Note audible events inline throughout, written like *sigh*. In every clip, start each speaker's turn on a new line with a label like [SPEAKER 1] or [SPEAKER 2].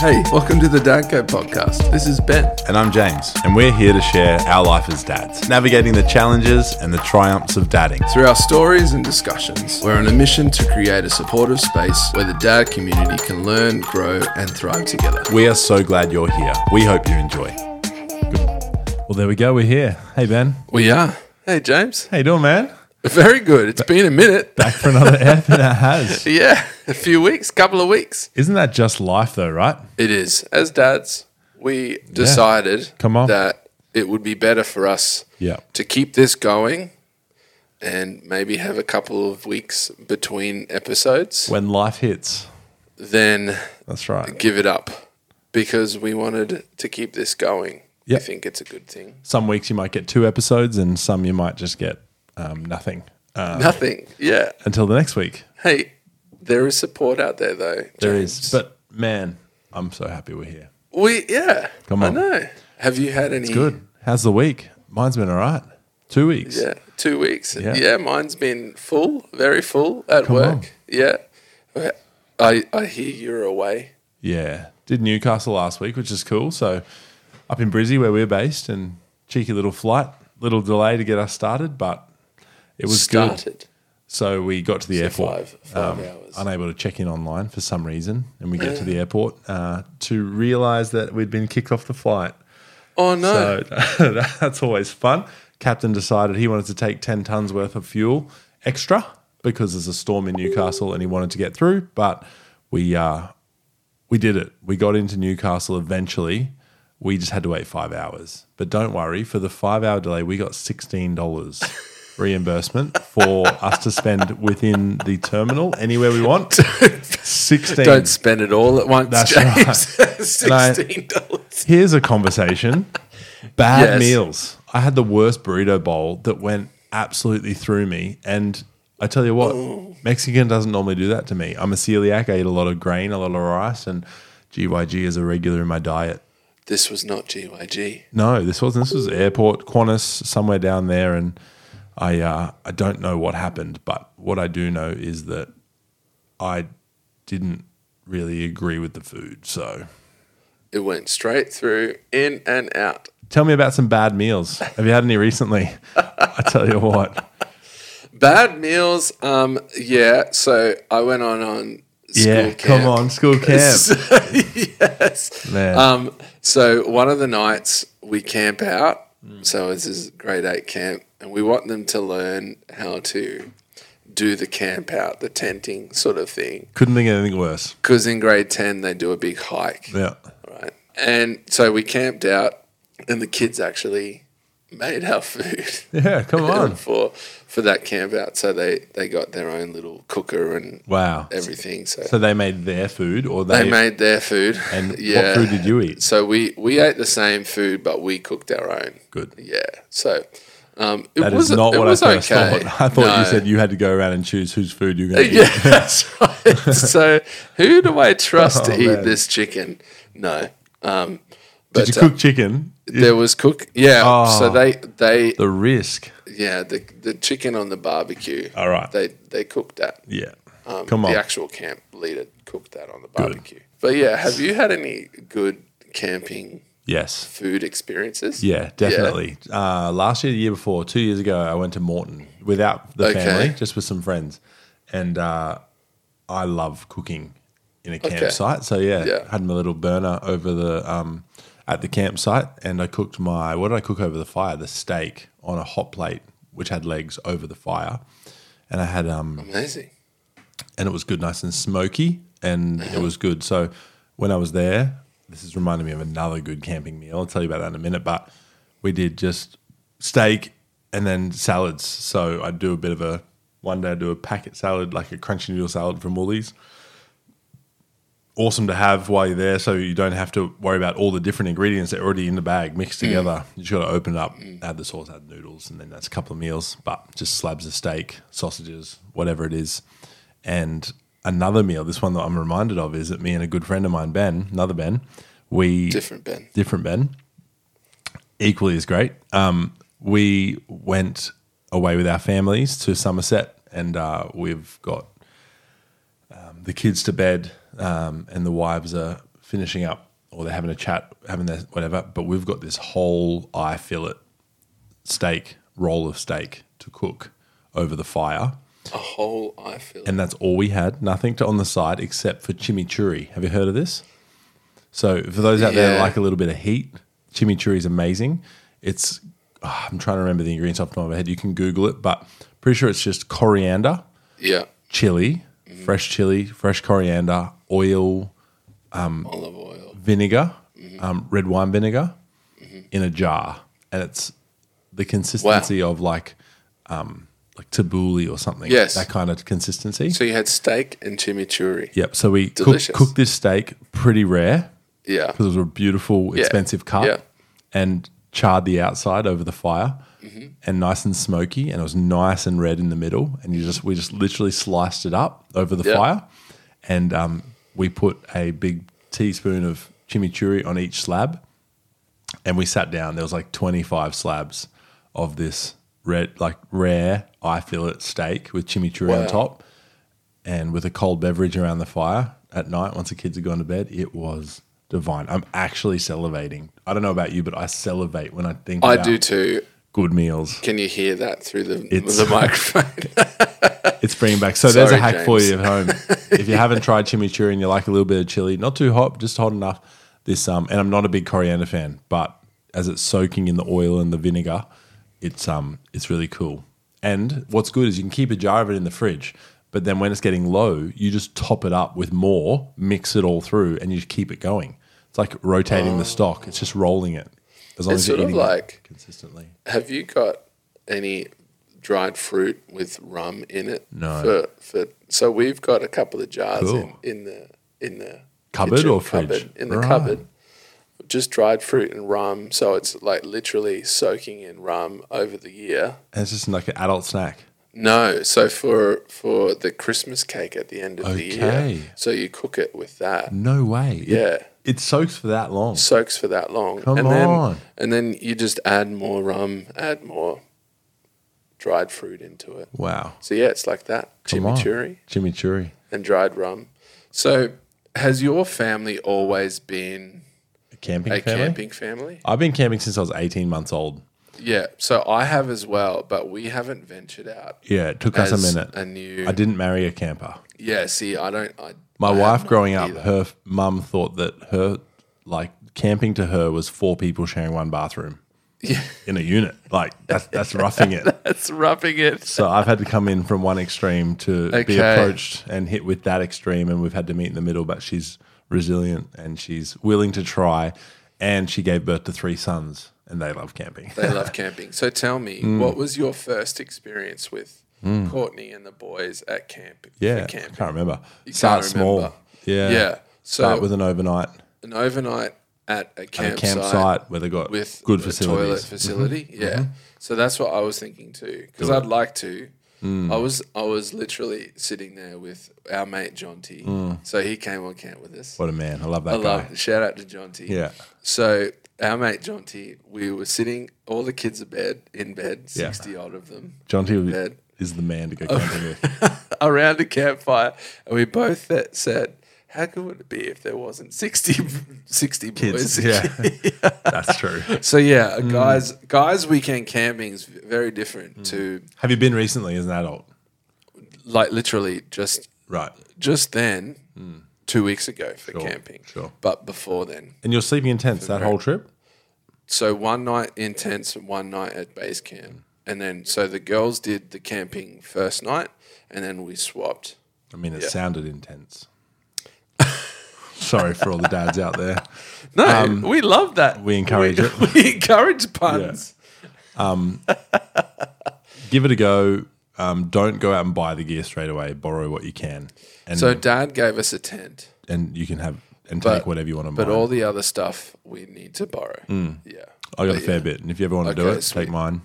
[SPEAKER 1] Hey, welcome to the Dad Code podcast. This is Ben.
[SPEAKER 2] And I'm James, and we're here to share our life as dads, navigating the challenges and the triumphs of dadding.
[SPEAKER 1] Through our stories and discussions, we're on a mission to create a supportive space where the dad community can learn, grow, and thrive together.
[SPEAKER 2] We are so glad you're here. We hope you enjoy. Well, there we go. We're here. Hey, Ben.
[SPEAKER 1] We are. Hey, James.
[SPEAKER 2] How you doing, man?
[SPEAKER 1] Very good. It's been a minute.
[SPEAKER 2] Back for *laughs* another F, and it has.
[SPEAKER 1] Yeah, a few weeks, couple of weeks.
[SPEAKER 2] Isn't that just life, though, right?
[SPEAKER 1] It is. As dads, we decided
[SPEAKER 2] Come on.
[SPEAKER 1] that it would be better for us
[SPEAKER 2] Yeah.
[SPEAKER 1] to keep this going and maybe have a couple of weeks between episodes,
[SPEAKER 2] When life hits.
[SPEAKER 1] then
[SPEAKER 2] That's right.
[SPEAKER 1] give it up because we wanted to keep this going. I
[SPEAKER 2] Yep.
[SPEAKER 1] think it's a good thing.
[SPEAKER 2] Some weeks you might get two episodes, and some you might just get um, nothing uh,
[SPEAKER 1] Nothing. Yeah.
[SPEAKER 2] until the next week.
[SPEAKER 1] Hey, there is support out there though.
[SPEAKER 2] There
[SPEAKER 1] James.
[SPEAKER 2] is. But, man, I'm so happy we're here.
[SPEAKER 1] we yeah.
[SPEAKER 2] Come on.
[SPEAKER 1] I know. Have you had any
[SPEAKER 2] Good. How's the week? Mine's been all right. Two weeks.
[SPEAKER 1] Yeah. Two weeks.
[SPEAKER 2] Yeah.
[SPEAKER 1] Yeah. mine's been full, very full at work.
[SPEAKER 2] on.
[SPEAKER 1] Yeah. I I hear you're away.
[SPEAKER 2] Yeah. Did Newcastle last week, which is cool. So up in Brizzy where we're based and cheeky little flight, little delay to get us started, but it was good. Um,
[SPEAKER 1] Started.
[SPEAKER 2] So we got to the airport.
[SPEAKER 1] Five five hours.
[SPEAKER 2] Unable to check in online for some reason, and we get to the airport uh, to realize that we'd been kicked off the flight.
[SPEAKER 1] Oh no.
[SPEAKER 2] So *laughs* that's always fun. Captain decided he wanted to take 10 tons worth of fuel extra because there's a storm in Newcastle and he wanted to get through, but we uh, we did it. We got into Newcastle eventually. We just had to wait 5 hours. But don't worry, for the 5-hour delay we got $16 reimbursement for us to spend within the terminal anywhere we want. 16
[SPEAKER 1] Don't spend it all at once,
[SPEAKER 2] That's
[SPEAKER 1] James. *laughs*
[SPEAKER 2] I-
[SPEAKER 1] Sixteen dollars.
[SPEAKER 2] Here's a conversation. *laughs* Bad
[SPEAKER 1] Yes.
[SPEAKER 2] meals. I had the worst burrito bowl that went absolutely through me. And I tell you what, Mexican doesn't normally do that to me. I'm a celiac. I eat a lot of grain, a lot of rice, and GYG is a regular in my diet.
[SPEAKER 1] This was not GYG.
[SPEAKER 2] No, this wasn't. This was airport, Qantas, somewhere down there, and I uh, I don't know what happened, but what I do know is that I didn't really agree with the food. So
[SPEAKER 1] It went straight through, in and out.
[SPEAKER 2] Tell me about some bad meals. Have you had any recently? I tell you what.
[SPEAKER 1] Bad meals. Um, yeah. So I went on on school
[SPEAKER 2] yeah,
[SPEAKER 1] camp.
[SPEAKER 2] come
[SPEAKER 1] *laughs*
[SPEAKER 2] on, school camp.
[SPEAKER 1] yes.
[SPEAKER 2] Man.
[SPEAKER 1] Um, so one of the nights we camp out.
[SPEAKER 2] Hmm.
[SPEAKER 1] So this is grade eight camp, and we want them to learn how to do the camp out, the tenting sort of thing.
[SPEAKER 2] Couldn't think of anything worse.
[SPEAKER 1] Because in grade ten they do a big hike.
[SPEAKER 2] Yeah.
[SPEAKER 1] right? And so we camped out, and the kids actually made our food *laughs*
[SPEAKER 2] Yeah, come on.
[SPEAKER 1] for for that camp out. So they they got their own little cooker and
[SPEAKER 2] Wow.
[SPEAKER 1] everything. So,
[SPEAKER 2] So they made their food or they,
[SPEAKER 1] they made their food. *laughs*
[SPEAKER 2] and
[SPEAKER 1] yeah.
[SPEAKER 2] what food did you eat?
[SPEAKER 1] So we we ate the same food, but we cooked our own.
[SPEAKER 2] Good.
[SPEAKER 1] Yeah. So. Um, it
[SPEAKER 2] That
[SPEAKER 1] was,
[SPEAKER 2] is not
[SPEAKER 1] it
[SPEAKER 2] what I
[SPEAKER 1] was
[SPEAKER 2] first
[SPEAKER 1] okay.
[SPEAKER 2] thought. *laughs* I thought you
[SPEAKER 1] No. *laughs*
[SPEAKER 2] said you had to go around and choose whose food you're going to eat.
[SPEAKER 1] Yeah, that's
[SPEAKER 2] *laughs*
[SPEAKER 1] right. so who do I trust
[SPEAKER 2] Oh,
[SPEAKER 1] to eat
[SPEAKER 2] man.
[SPEAKER 1] this chicken? No. Um, but
[SPEAKER 2] Did you
[SPEAKER 1] uh,
[SPEAKER 2] cook chicken?
[SPEAKER 1] there was cook. Yeah. So
[SPEAKER 2] Oh.
[SPEAKER 1] they they
[SPEAKER 2] the risk.
[SPEAKER 1] Yeah, the the chicken on the barbecue.
[SPEAKER 2] All right.
[SPEAKER 1] They they cooked that.
[SPEAKER 2] Yeah.
[SPEAKER 1] Um,
[SPEAKER 2] come on.
[SPEAKER 1] The actual camp leader cooked that on the barbecue. But yeah, have you had any good camping
[SPEAKER 2] yes.
[SPEAKER 1] food experiences?
[SPEAKER 2] Yeah, definitely. Uh, last year, the year before, two years ago, I went to Morton without the
[SPEAKER 1] Okay.
[SPEAKER 2] family, just with some friends, and uh, I love cooking in a campsite. So yeah,
[SPEAKER 1] Yeah.
[SPEAKER 2] had my little burner over the um, at the campsite, and I cooked my what did I cook over the fire? The steak on a hot plate, which had legs over the fire, and I had um,
[SPEAKER 1] Amazing.
[SPEAKER 2] and it was good, nice and smoky, and it was good. So when I was there, this is reminding me of another good camping meal. I'll tell you about that in a minute. But we did just steak and then salads. So I'd do a bit of a one day I'd do a packet salad, like a crunchy noodle salad from Woolies. Awesome to have while you're there, so you don't have to worry about all the different ingredients that are already in the bag mixed together. You just got to open it up, add the sauce, add the noodles, and then that's a couple of meals. But just slabs of steak, sausages, whatever it is. And another meal, this one that I'm reminded of, is that me and a good friend of mine, Ben, another Ben, we
[SPEAKER 1] Different Ben.
[SPEAKER 2] different Ben. Equally as great. Um, we went away with our families to Somerset, and uh, we've got um, the kids to bed, um, and the wives are finishing up or they're having a chat, having their whatever. But we've got this whole eye fillet steak, roll of steak to cook over the fire.
[SPEAKER 1] A whole eye fillet.
[SPEAKER 2] And that's all we had. Nothing to on the side except for chimichurri. Have you heard of this? So for those out there that
[SPEAKER 1] Yeah.
[SPEAKER 2] like a little bit of heat, chimichurri is amazing. It's ah, I'm trying to remember the ingredients off the top of my head. You can Google it, but pretty sure it's just coriander,
[SPEAKER 1] yeah.
[SPEAKER 2] chili, fresh chili, fresh coriander, oil,
[SPEAKER 1] Olive oil.
[SPEAKER 2] vinegar, um, red wine vinegar, in a jar, and it's the consistency of like um, like tabbouleh or something.
[SPEAKER 1] Yes.
[SPEAKER 2] that kind of consistency.
[SPEAKER 1] So you had steak and chimichurri.
[SPEAKER 2] Yep. So we cook,
[SPEAKER 1] Delicious.
[SPEAKER 2] cooked this steak pretty rare
[SPEAKER 1] Yeah.
[SPEAKER 2] because it was a beautiful, expensive cut
[SPEAKER 1] Yeah.
[SPEAKER 2] and charred the outside over the fire
[SPEAKER 1] Mm-hmm.
[SPEAKER 2] and nice and smoky. And it was nice and red in the middle. And you just, we just literally sliced it up over the
[SPEAKER 1] Yeah.
[SPEAKER 2] fire. And um, we put a big teaspoon of chimichurri on each slab. And we sat down. There was like 25 slabs of this red, like rare eye fillet steak with chimichurri on
[SPEAKER 1] Wow.
[SPEAKER 2] top and with a cold beverage around the fire at night once the kids had gone to bed, it was divine. I'm actually salivating. I don't know about you, but I salivate when I think
[SPEAKER 1] I
[SPEAKER 2] about
[SPEAKER 1] do too.
[SPEAKER 2] good meals.
[SPEAKER 1] Can you hear that through the,
[SPEAKER 2] It's- *laughs*
[SPEAKER 1] the microphone?
[SPEAKER 2] It's bringing back. So there's a
[SPEAKER 1] Sorry,
[SPEAKER 2] hack for
[SPEAKER 1] James.
[SPEAKER 2] you at home. if you haven't tried chimichurri and you like a little bit of chili, not too hot, just hot enough. This um, and I'm not a big coriander fan, but as it's soaking in the oil and the vinegar, it's um, it's really cool. And what's good is you can keep a jar of it in the fridge, but then when it's getting low, you just top it up with more, mix it all through, and you just keep it going. It's like rotating the stock. It's just rolling it as long
[SPEAKER 1] It's
[SPEAKER 2] as you're
[SPEAKER 1] sort of
[SPEAKER 2] eating it
[SPEAKER 1] like-
[SPEAKER 2] consistently.
[SPEAKER 1] Have you got any dried fruit with rum in it?
[SPEAKER 2] No.
[SPEAKER 1] For, for, so we've got a couple of jars
[SPEAKER 2] Cool.
[SPEAKER 1] in, in the in the
[SPEAKER 2] Cupboard
[SPEAKER 1] kitchen
[SPEAKER 2] or fridge?
[SPEAKER 1] cupboard, in the
[SPEAKER 2] Right.
[SPEAKER 1] cupboard. Just dried fruit and rum, so it's like literally soaking in rum over the year.
[SPEAKER 2] And it's just like an adult snack.
[SPEAKER 1] No, so for for the Christmas cake at the end of the
[SPEAKER 2] Okay.
[SPEAKER 1] year, so you cook it with that.
[SPEAKER 2] No way. It-
[SPEAKER 1] Yeah.
[SPEAKER 2] it soaks for that long.
[SPEAKER 1] soaks for that long.
[SPEAKER 2] Come
[SPEAKER 1] and then,
[SPEAKER 2] on.
[SPEAKER 1] And then you just add more rum, add more dried fruit into it.
[SPEAKER 2] Wow.
[SPEAKER 1] So yeah, it's like that
[SPEAKER 2] Come on.
[SPEAKER 1] chimichurri
[SPEAKER 2] Chimichurri.
[SPEAKER 1] and dried rum. So has your family always been
[SPEAKER 2] A camping
[SPEAKER 1] a
[SPEAKER 2] family?
[SPEAKER 1] camping family?
[SPEAKER 2] I've been camping since I was 18 months old.
[SPEAKER 1] Yeah. So I have as well, but we haven't ventured out.
[SPEAKER 2] Yeah, it took us
[SPEAKER 1] as
[SPEAKER 2] a minute.
[SPEAKER 1] A new.
[SPEAKER 2] I didn't marry a camper.
[SPEAKER 1] Yeah. See, I don't. I,
[SPEAKER 2] My
[SPEAKER 1] I have
[SPEAKER 2] wife
[SPEAKER 1] not
[SPEAKER 2] growing up,
[SPEAKER 1] either. *laughs*
[SPEAKER 2] her f- mum thought that her, like, camping to her was four people sharing one bathroom
[SPEAKER 1] Yeah,
[SPEAKER 2] in a unit. Like, that's, that's
[SPEAKER 1] *laughs*
[SPEAKER 2] roughing it.
[SPEAKER 1] that's roughing it.
[SPEAKER 2] So I've had to come in from one extreme to be
[SPEAKER 1] Okay.
[SPEAKER 2] approached and hit with that extreme, and we've had to meet in the middle. But she's resilient and she's willing to try, and she gave birth to three sons, and they love camping.
[SPEAKER 1] They love camping. So tell me,
[SPEAKER 2] Mm.
[SPEAKER 1] what was your first experience with Courtney and the boys at camp? for
[SPEAKER 2] yeah, I
[SPEAKER 1] camping?
[SPEAKER 2] can't remember.
[SPEAKER 1] You
[SPEAKER 2] Start
[SPEAKER 1] can't
[SPEAKER 2] small.
[SPEAKER 1] remember.
[SPEAKER 2] Yeah,
[SPEAKER 1] Yeah.
[SPEAKER 2] Start
[SPEAKER 1] So
[SPEAKER 2] with an overnight
[SPEAKER 1] an overnight at a
[SPEAKER 2] at a
[SPEAKER 1] campsite,
[SPEAKER 2] campsite where they got
[SPEAKER 1] with
[SPEAKER 2] good
[SPEAKER 1] a toilet
[SPEAKER 2] facilities. Mm-hmm.
[SPEAKER 1] facility. Yeah. So that's what I was thinking too, because I'd like to.
[SPEAKER 2] Mm.
[SPEAKER 1] I was I was literally sitting there with our mate John T. So he came on camp with us.
[SPEAKER 2] Mm. What a man! I love that
[SPEAKER 1] I
[SPEAKER 2] guy.
[SPEAKER 1] love shout out to John T.
[SPEAKER 2] Yeah.
[SPEAKER 1] So our mate John T. We were sitting, all the kids are bed in bed,
[SPEAKER 2] Yeah.
[SPEAKER 1] sixty odd of them.
[SPEAKER 2] John T
[SPEAKER 1] Bed.
[SPEAKER 2] is the man to
[SPEAKER 1] Oh,
[SPEAKER 2] go camping with.
[SPEAKER 1] *laughs* around a campfire, and we both that said, "How good would it be if there wasn't 60, 60
[SPEAKER 2] Kids,
[SPEAKER 1] boys?"
[SPEAKER 2] yeah, *laughs* Mm. that's true.
[SPEAKER 1] So yeah, guys, guys, weekend camping is very different
[SPEAKER 2] Mm.
[SPEAKER 1] to
[SPEAKER 2] Have you been recently as an adult?
[SPEAKER 1] like literally just
[SPEAKER 2] Right,
[SPEAKER 1] just then, two weeks ago for
[SPEAKER 2] Mm. Sure,
[SPEAKER 1] camping,
[SPEAKER 2] sure.
[SPEAKER 1] but before then.
[SPEAKER 2] and you're sleeping in tents that whole trip.
[SPEAKER 1] So one night in tents, and one night at base
[SPEAKER 2] Mm.
[SPEAKER 1] camp, and then so the girls did the camping first night, and then we swapped.
[SPEAKER 2] I mean, it sounded intense. *laughs* Sorry for all the dads out there.
[SPEAKER 1] No, we love that.
[SPEAKER 2] Um, We encourage
[SPEAKER 1] *laughs*
[SPEAKER 2] it.
[SPEAKER 1] we encourage puns.
[SPEAKER 2] Give it a go. Um, don't go out and buy the gear straight away. Borrow what you can, and
[SPEAKER 1] So dad gave us a tent,
[SPEAKER 2] and you can have and take whatever you want to.
[SPEAKER 1] but
[SPEAKER 2] mine. Hmm.
[SPEAKER 1] all the other stuff we need to borrow. Yeah.
[SPEAKER 2] I got a
[SPEAKER 1] but
[SPEAKER 2] fair bit, and if you ever want to do
[SPEAKER 1] Okay,
[SPEAKER 2] it,
[SPEAKER 1] sweet.
[SPEAKER 2] take mine.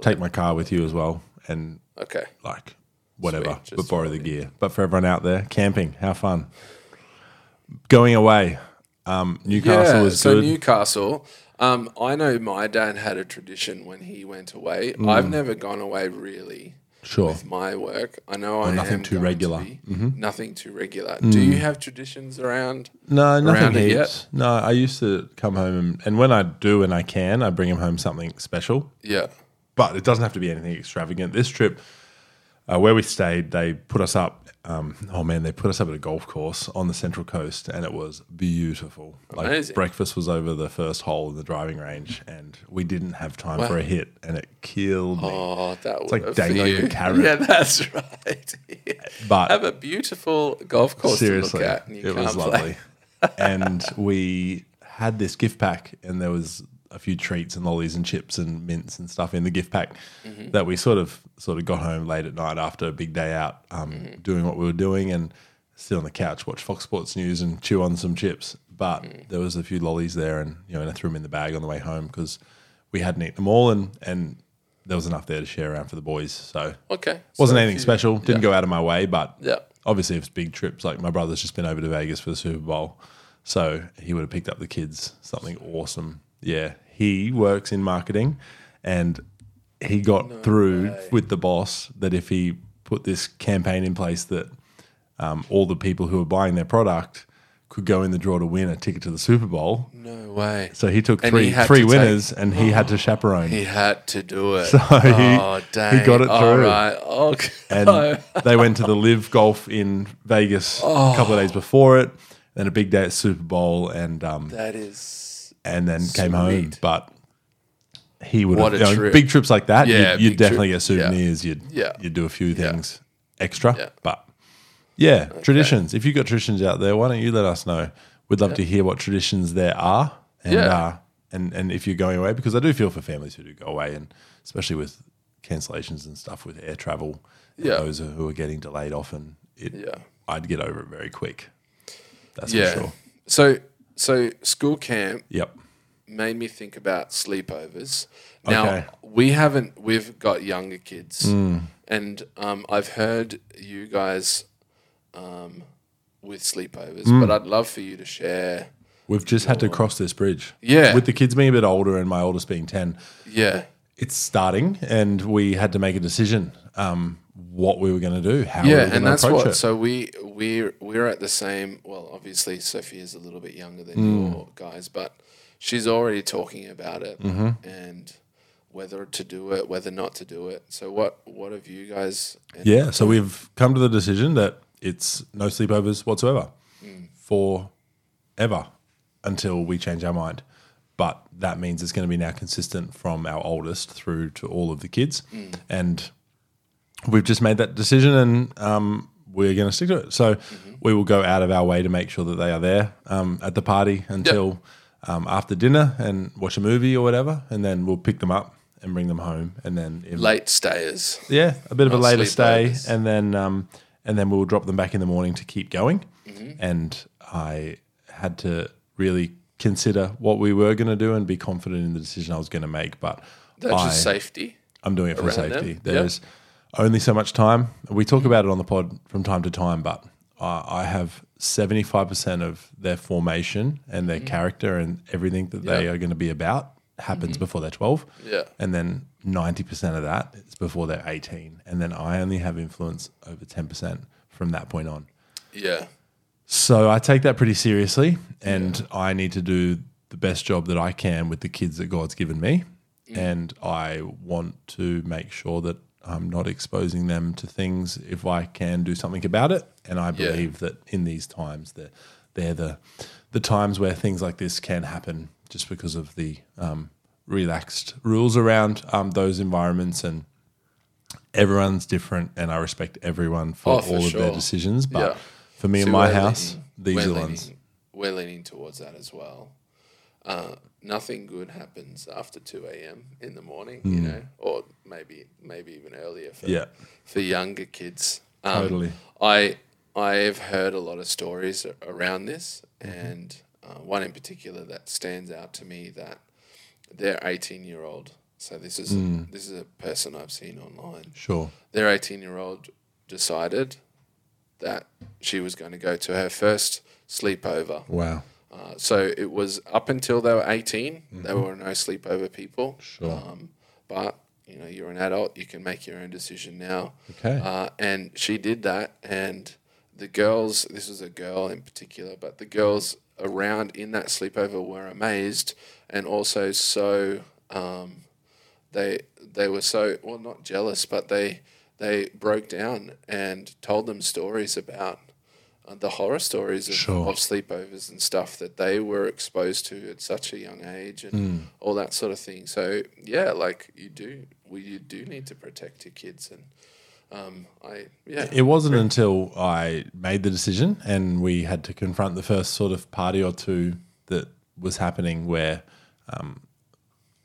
[SPEAKER 2] Take my car with you as well, and
[SPEAKER 1] Okay.
[SPEAKER 2] like whatever,
[SPEAKER 1] Sweet, just
[SPEAKER 2] but borrow the gear. But for everyone out there, camping, how fun. Going away, um, Newcastle
[SPEAKER 1] yeah.
[SPEAKER 2] is
[SPEAKER 1] so
[SPEAKER 2] good.
[SPEAKER 1] Newcastle. Um, I know my dad had a tradition when he went away. I've never gone away really.
[SPEAKER 2] Hmm. Sure. Oh,
[SPEAKER 1] with my work. I know I
[SPEAKER 2] nothing
[SPEAKER 1] am
[SPEAKER 2] too
[SPEAKER 1] going to
[SPEAKER 2] regular. Mm-hmm. Hmm.
[SPEAKER 1] be- Nothing too regular. Do you have traditions around?
[SPEAKER 2] No, nothing
[SPEAKER 1] around it
[SPEAKER 2] heaps. No, I used to come home and, and when I do and I can, I bring him home something special.
[SPEAKER 1] Yeah.
[SPEAKER 2] But it doesn't have to be anything extravagant. This trip, uh, where we stayed, they put us up. Um, oh man, they put us up at a golf course on the central coast, and it was beautiful. Like
[SPEAKER 1] Amazing.
[SPEAKER 2] breakfast was over the first hole in the driving range, and we didn't have time for a hit, and it killed me.
[SPEAKER 1] Oh, that was
[SPEAKER 2] like dangling
[SPEAKER 1] *laughs*
[SPEAKER 2] a carrot.
[SPEAKER 1] Yeah, that's right. *laughs*
[SPEAKER 2] But-
[SPEAKER 1] have a beautiful golf course
[SPEAKER 2] Seriously,
[SPEAKER 1] to look at. And you
[SPEAKER 2] it
[SPEAKER 1] can't
[SPEAKER 2] was
[SPEAKER 1] play. *laughs*
[SPEAKER 2] lovely. and we had this gift pack, and there was a few treats and lollies and chips and mints and stuff in the gift pack
[SPEAKER 1] Mm-hmm.
[SPEAKER 2] that we sort of sort of got home late at night after a big day out, um,
[SPEAKER 1] Mm-hmm.
[SPEAKER 2] doing what we were doing, and sit on the couch, watch Fox Sports News, and chew on some chips. But
[SPEAKER 1] Mm.
[SPEAKER 2] there was a few lollies there, and you know, and I threw them in the bag on the way home because we hadn't eaten them all, and and there was enough there to share around for the boys. So
[SPEAKER 1] Okay.
[SPEAKER 2] wasn't
[SPEAKER 1] so
[SPEAKER 2] anything
[SPEAKER 1] if you-
[SPEAKER 2] special. Didn't go out of my way, but
[SPEAKER 1] Yeah.
[SPEAKER 2] obviously if it's big trips, like my brother's just been over to Vegas for the Super Bowl, so he would have picked up the kids something awesome. Yeah, he works in marketing, and he got through with the boss that if he put this campaign in place that um, all the people who are buying their product could go in the draw to win a ticket to the Super Bowl.
[SPEAKER 1] No way.
[SPEAKER 2] So he took
[SPEAKER 1] And
[SPEAKER 2] three
[SPEAKER 1] he had
[SPEAKER 2] three
[SPEAKER 1] to take-
[SPEAKER 2] winners, and
[SPEAKER 1] *gasps*
[SPEAKER 2] he had to chaperone.
[SPEAKER 1] He had to do it.
[SPEAKER 2] he-
[SPEAKER 1] oh,
[SPEAKER 2] he
[SPEAKER 1] dang.
[SPEAKER 2] got it
[SPEAKER 1] All
[SPEAKER 2] through.
[SPEAKER 1] right. Oh, Okay. *laughs*
[SPEAKER 2] and they went to the live golf in Vegas a couple of days before it, then a big day at Super Bowl, and um,
[SPEAKER 1] that is.
[SPEAKER 2] and then came home.
[SPEAKER 1] sweet.
[SPEAKER 2] But he would
[SPEAKER 1] What
[SPEAKER 2] have,
[SPEAKER 1] a
[SPEAKER 2] you know,
[SPEAKER 1] trip.
[SPEAKER 2] big trips like that.
[SPEAKER 1] Yeah,
[SPEAKER 2] you'd, you'd
[SPEAKER 1] big
[SPEAKER 2] definitely
[SPEAKER 1] trip.
[SPEAKER 2] get souvenirs. You'd
[SPEAKER 1] Yeah.
[SPEAKER 2] you'd do a few things extra.
[SPEAKER 1] Yeah.
[SPEAKER 2] But yeah, traditions. If you've got traditions out there, why don't you let us know? We'd love to hear what traditions there are, and
[SPEAKER 1] Yeah.
[SPEAKER 2] uh, and and if you're going away, because I do feel for families who do go away, and especially with cancellations and stuff with air travel, and
[SPEAKER 1] Yeah.
[SPEAKER 2] those who are getting delayed often. It,
[SPEAKER 1] Yeah.
[SPEAKER 2] I'd get over it very quick. That's
[SPEAKER 1] Yeah.
[SPEAKER 2] for sure.
[SPEAKER 1] So, so school camp
[SPEAKER 2] Yep.
[SPEAKER 1] made me think about sleepovers. Now
[SPEAKER 2] Okay. Hmm.
[SPEAKER 1] we haven't. We've got younger kids, and um, I've heard you guys um, with sleepovers,
[SPEAKER 2] Hmm.
[SPEAKER 1] but I'd love for you to share.
[SPEAKER 2] We've just had to cross this bridge.
[SPEAKER 1] Oh. Yeah.
[SPEAKER 2] With the kids being a bit older and my oldest being 10,
[SPEAKER 1] Yeah,
[SPEAKER 2] it's starting and we had to make a decision um, what we were going to do, how we were
[SPEAKER 1] yeah,
[SPEAKER 2] going
[SPEAKER 1] and
[SPEAKER 2] to
[SPEAKER 1] that's
[SPEAKER 2] approach
[SPEAKER 1] what.
[SPEAKER 2] it.
[SPEAKER 1] So we we're we're at the same. Well, obviously Sophia's a little bit younger than
[SPEAKER 2] Mm.
[SPEAKER 1] your guys, but she's already talking about it
[SPEAKER 2] Mm-hmm.
[SPEAKER 1] and whether to do it, whether not to do it. So what what have you guys?
[SPEAKER 2] yeah. So we've come to the decision that it's no sleepovers whatsoever forever until we change our mind. But that means it's going to be now consistent from our oldest through to all of the kids. And we've just made that decision and um, we're going to stick to it. So we will go out of our way to make sure that they are there um, at the party until um, after dinner and watch a movie or whatever. And then we'll pick them up and bring them home. And then if
[SPEAKER 1] Late stayers.
[SPEAKER 2] yeah, a bit of a
[SPEAKER 1] Not
[SPEAKER 2] later stay,
[SPEAKER 1] sleepovers.
[SPEAKER 2] and then um, and then we'll drop them back in the morning to keep going. And I had to really consider what we were going to do and be confident in the decision I was going to make. But
[SPEAKER 1] That's
[SPEAKER 2] I,
[SPEAKER 1] just safety.
[SPEAKER 2] I'm doing it for
[SPEAKER 1] around them.
[SPEAKER 2] safety.
[SPEAKER 1] Yep.
[SPEAKER 2] There's only so much time. We talk about it on the pod from time to time, but I, I have 75% of their formation and
[SPEAKER 1] Mm.
[SPEAKER 2] their character and everything that they are going to be about happens before they're 12.
[SPEAKER 1] Mm-hmm. Yeah.
[SPEAKER 2] And then 90% of that is before they're 18. And then I only have influence over 10% from that point on.
[SPEAKER 1] Yeah.
[SPEAKER 2] So I take that pretty seriously, and I need to do the best job that I can with the kids that God's given me. And I want to make sure that I'm not exposing them to things if I can do something about it. And I
[SPEAKER 1] Yeah.
[SPEAKER 2] believe that in these times, that they're the the times where things like this can happen, just because of the um, relaxed rules around um, those environments and. Everyone's different, and I respect everyone for
[SPEAKER 1] Oh, for
[SPEAKER 2] all of their
[SPEAKER 1] sure.
[SPEAKER 2] decisions. But
[SPEAKER 1] Yeah.
[SPEAKER 2] for me
[SPEAKER 1] So
[SPEAKER 2] and my
[SPEAKER 1] we're
[SPEAKER 2] house,
[SPEAKER 1] leaning-
[SPEAKER 2] these
[SPEAKER 1] we're
[SPEAKER 2] are the
[SPEAKER 1] leaning-
[SPEAKER 2] ones.
[SPEAKER 1] We're leaning towards that as well. Uh, nothing good happens after two a.m. in the morning, you know, or maybe maybe even earlier for
[SPEAKER 2] Mm. Yeah.
[SPEAKER 1] for younger kids. Um,
[SPEAKER 2] Totally.
[SPEAKER 1] I I've heard a lot of stories a- around this,
[SPEAKER 2] Mm-hmm.
[SPEAKER 1] and uh, one in particular that stands out to me that their eighteen year old. So this is
[SPEAKER 2] Mm.
[SPEAKER 1] this is a person I've seen online
[SPEAKER 2] Sure.
[SPEAKER 1] their 18 year old decided that she was going to go to her first sleepover.
[SPEAKER 2] Wow.
[SPEAKER 1] Uh, so it was up until they were 18, they were no sleepover people.
[SPEAKER 2] Mm-hmm. Sure.
[SPEAKER 1] Um, but, you know, you're an adult, you can make your own decision now.
[SPEAKER 2] Okay.
[SPEAKER 1] Uh, and she did that. And the girls, this was a girl in particular, but the girls around in that sleepover were amazed and also so, um, they, they were so, well, not jealous, but they, they broke down and told them stories about uh, the horror stories of,
[SPEAKER 2] Sure.
[SPEAKER 1] of sleepovers and stuff that they were exposed to at such a young age and
[SPEAKER 2] Hmm.
[SPEAKER 1] all that sort of thing. So yeah, like you do, well, you do need to protect your kids and um, I yeah
[SPEAKER 2] It wasn't until I made the decision and we had to confront the first sort of party or two that was happening where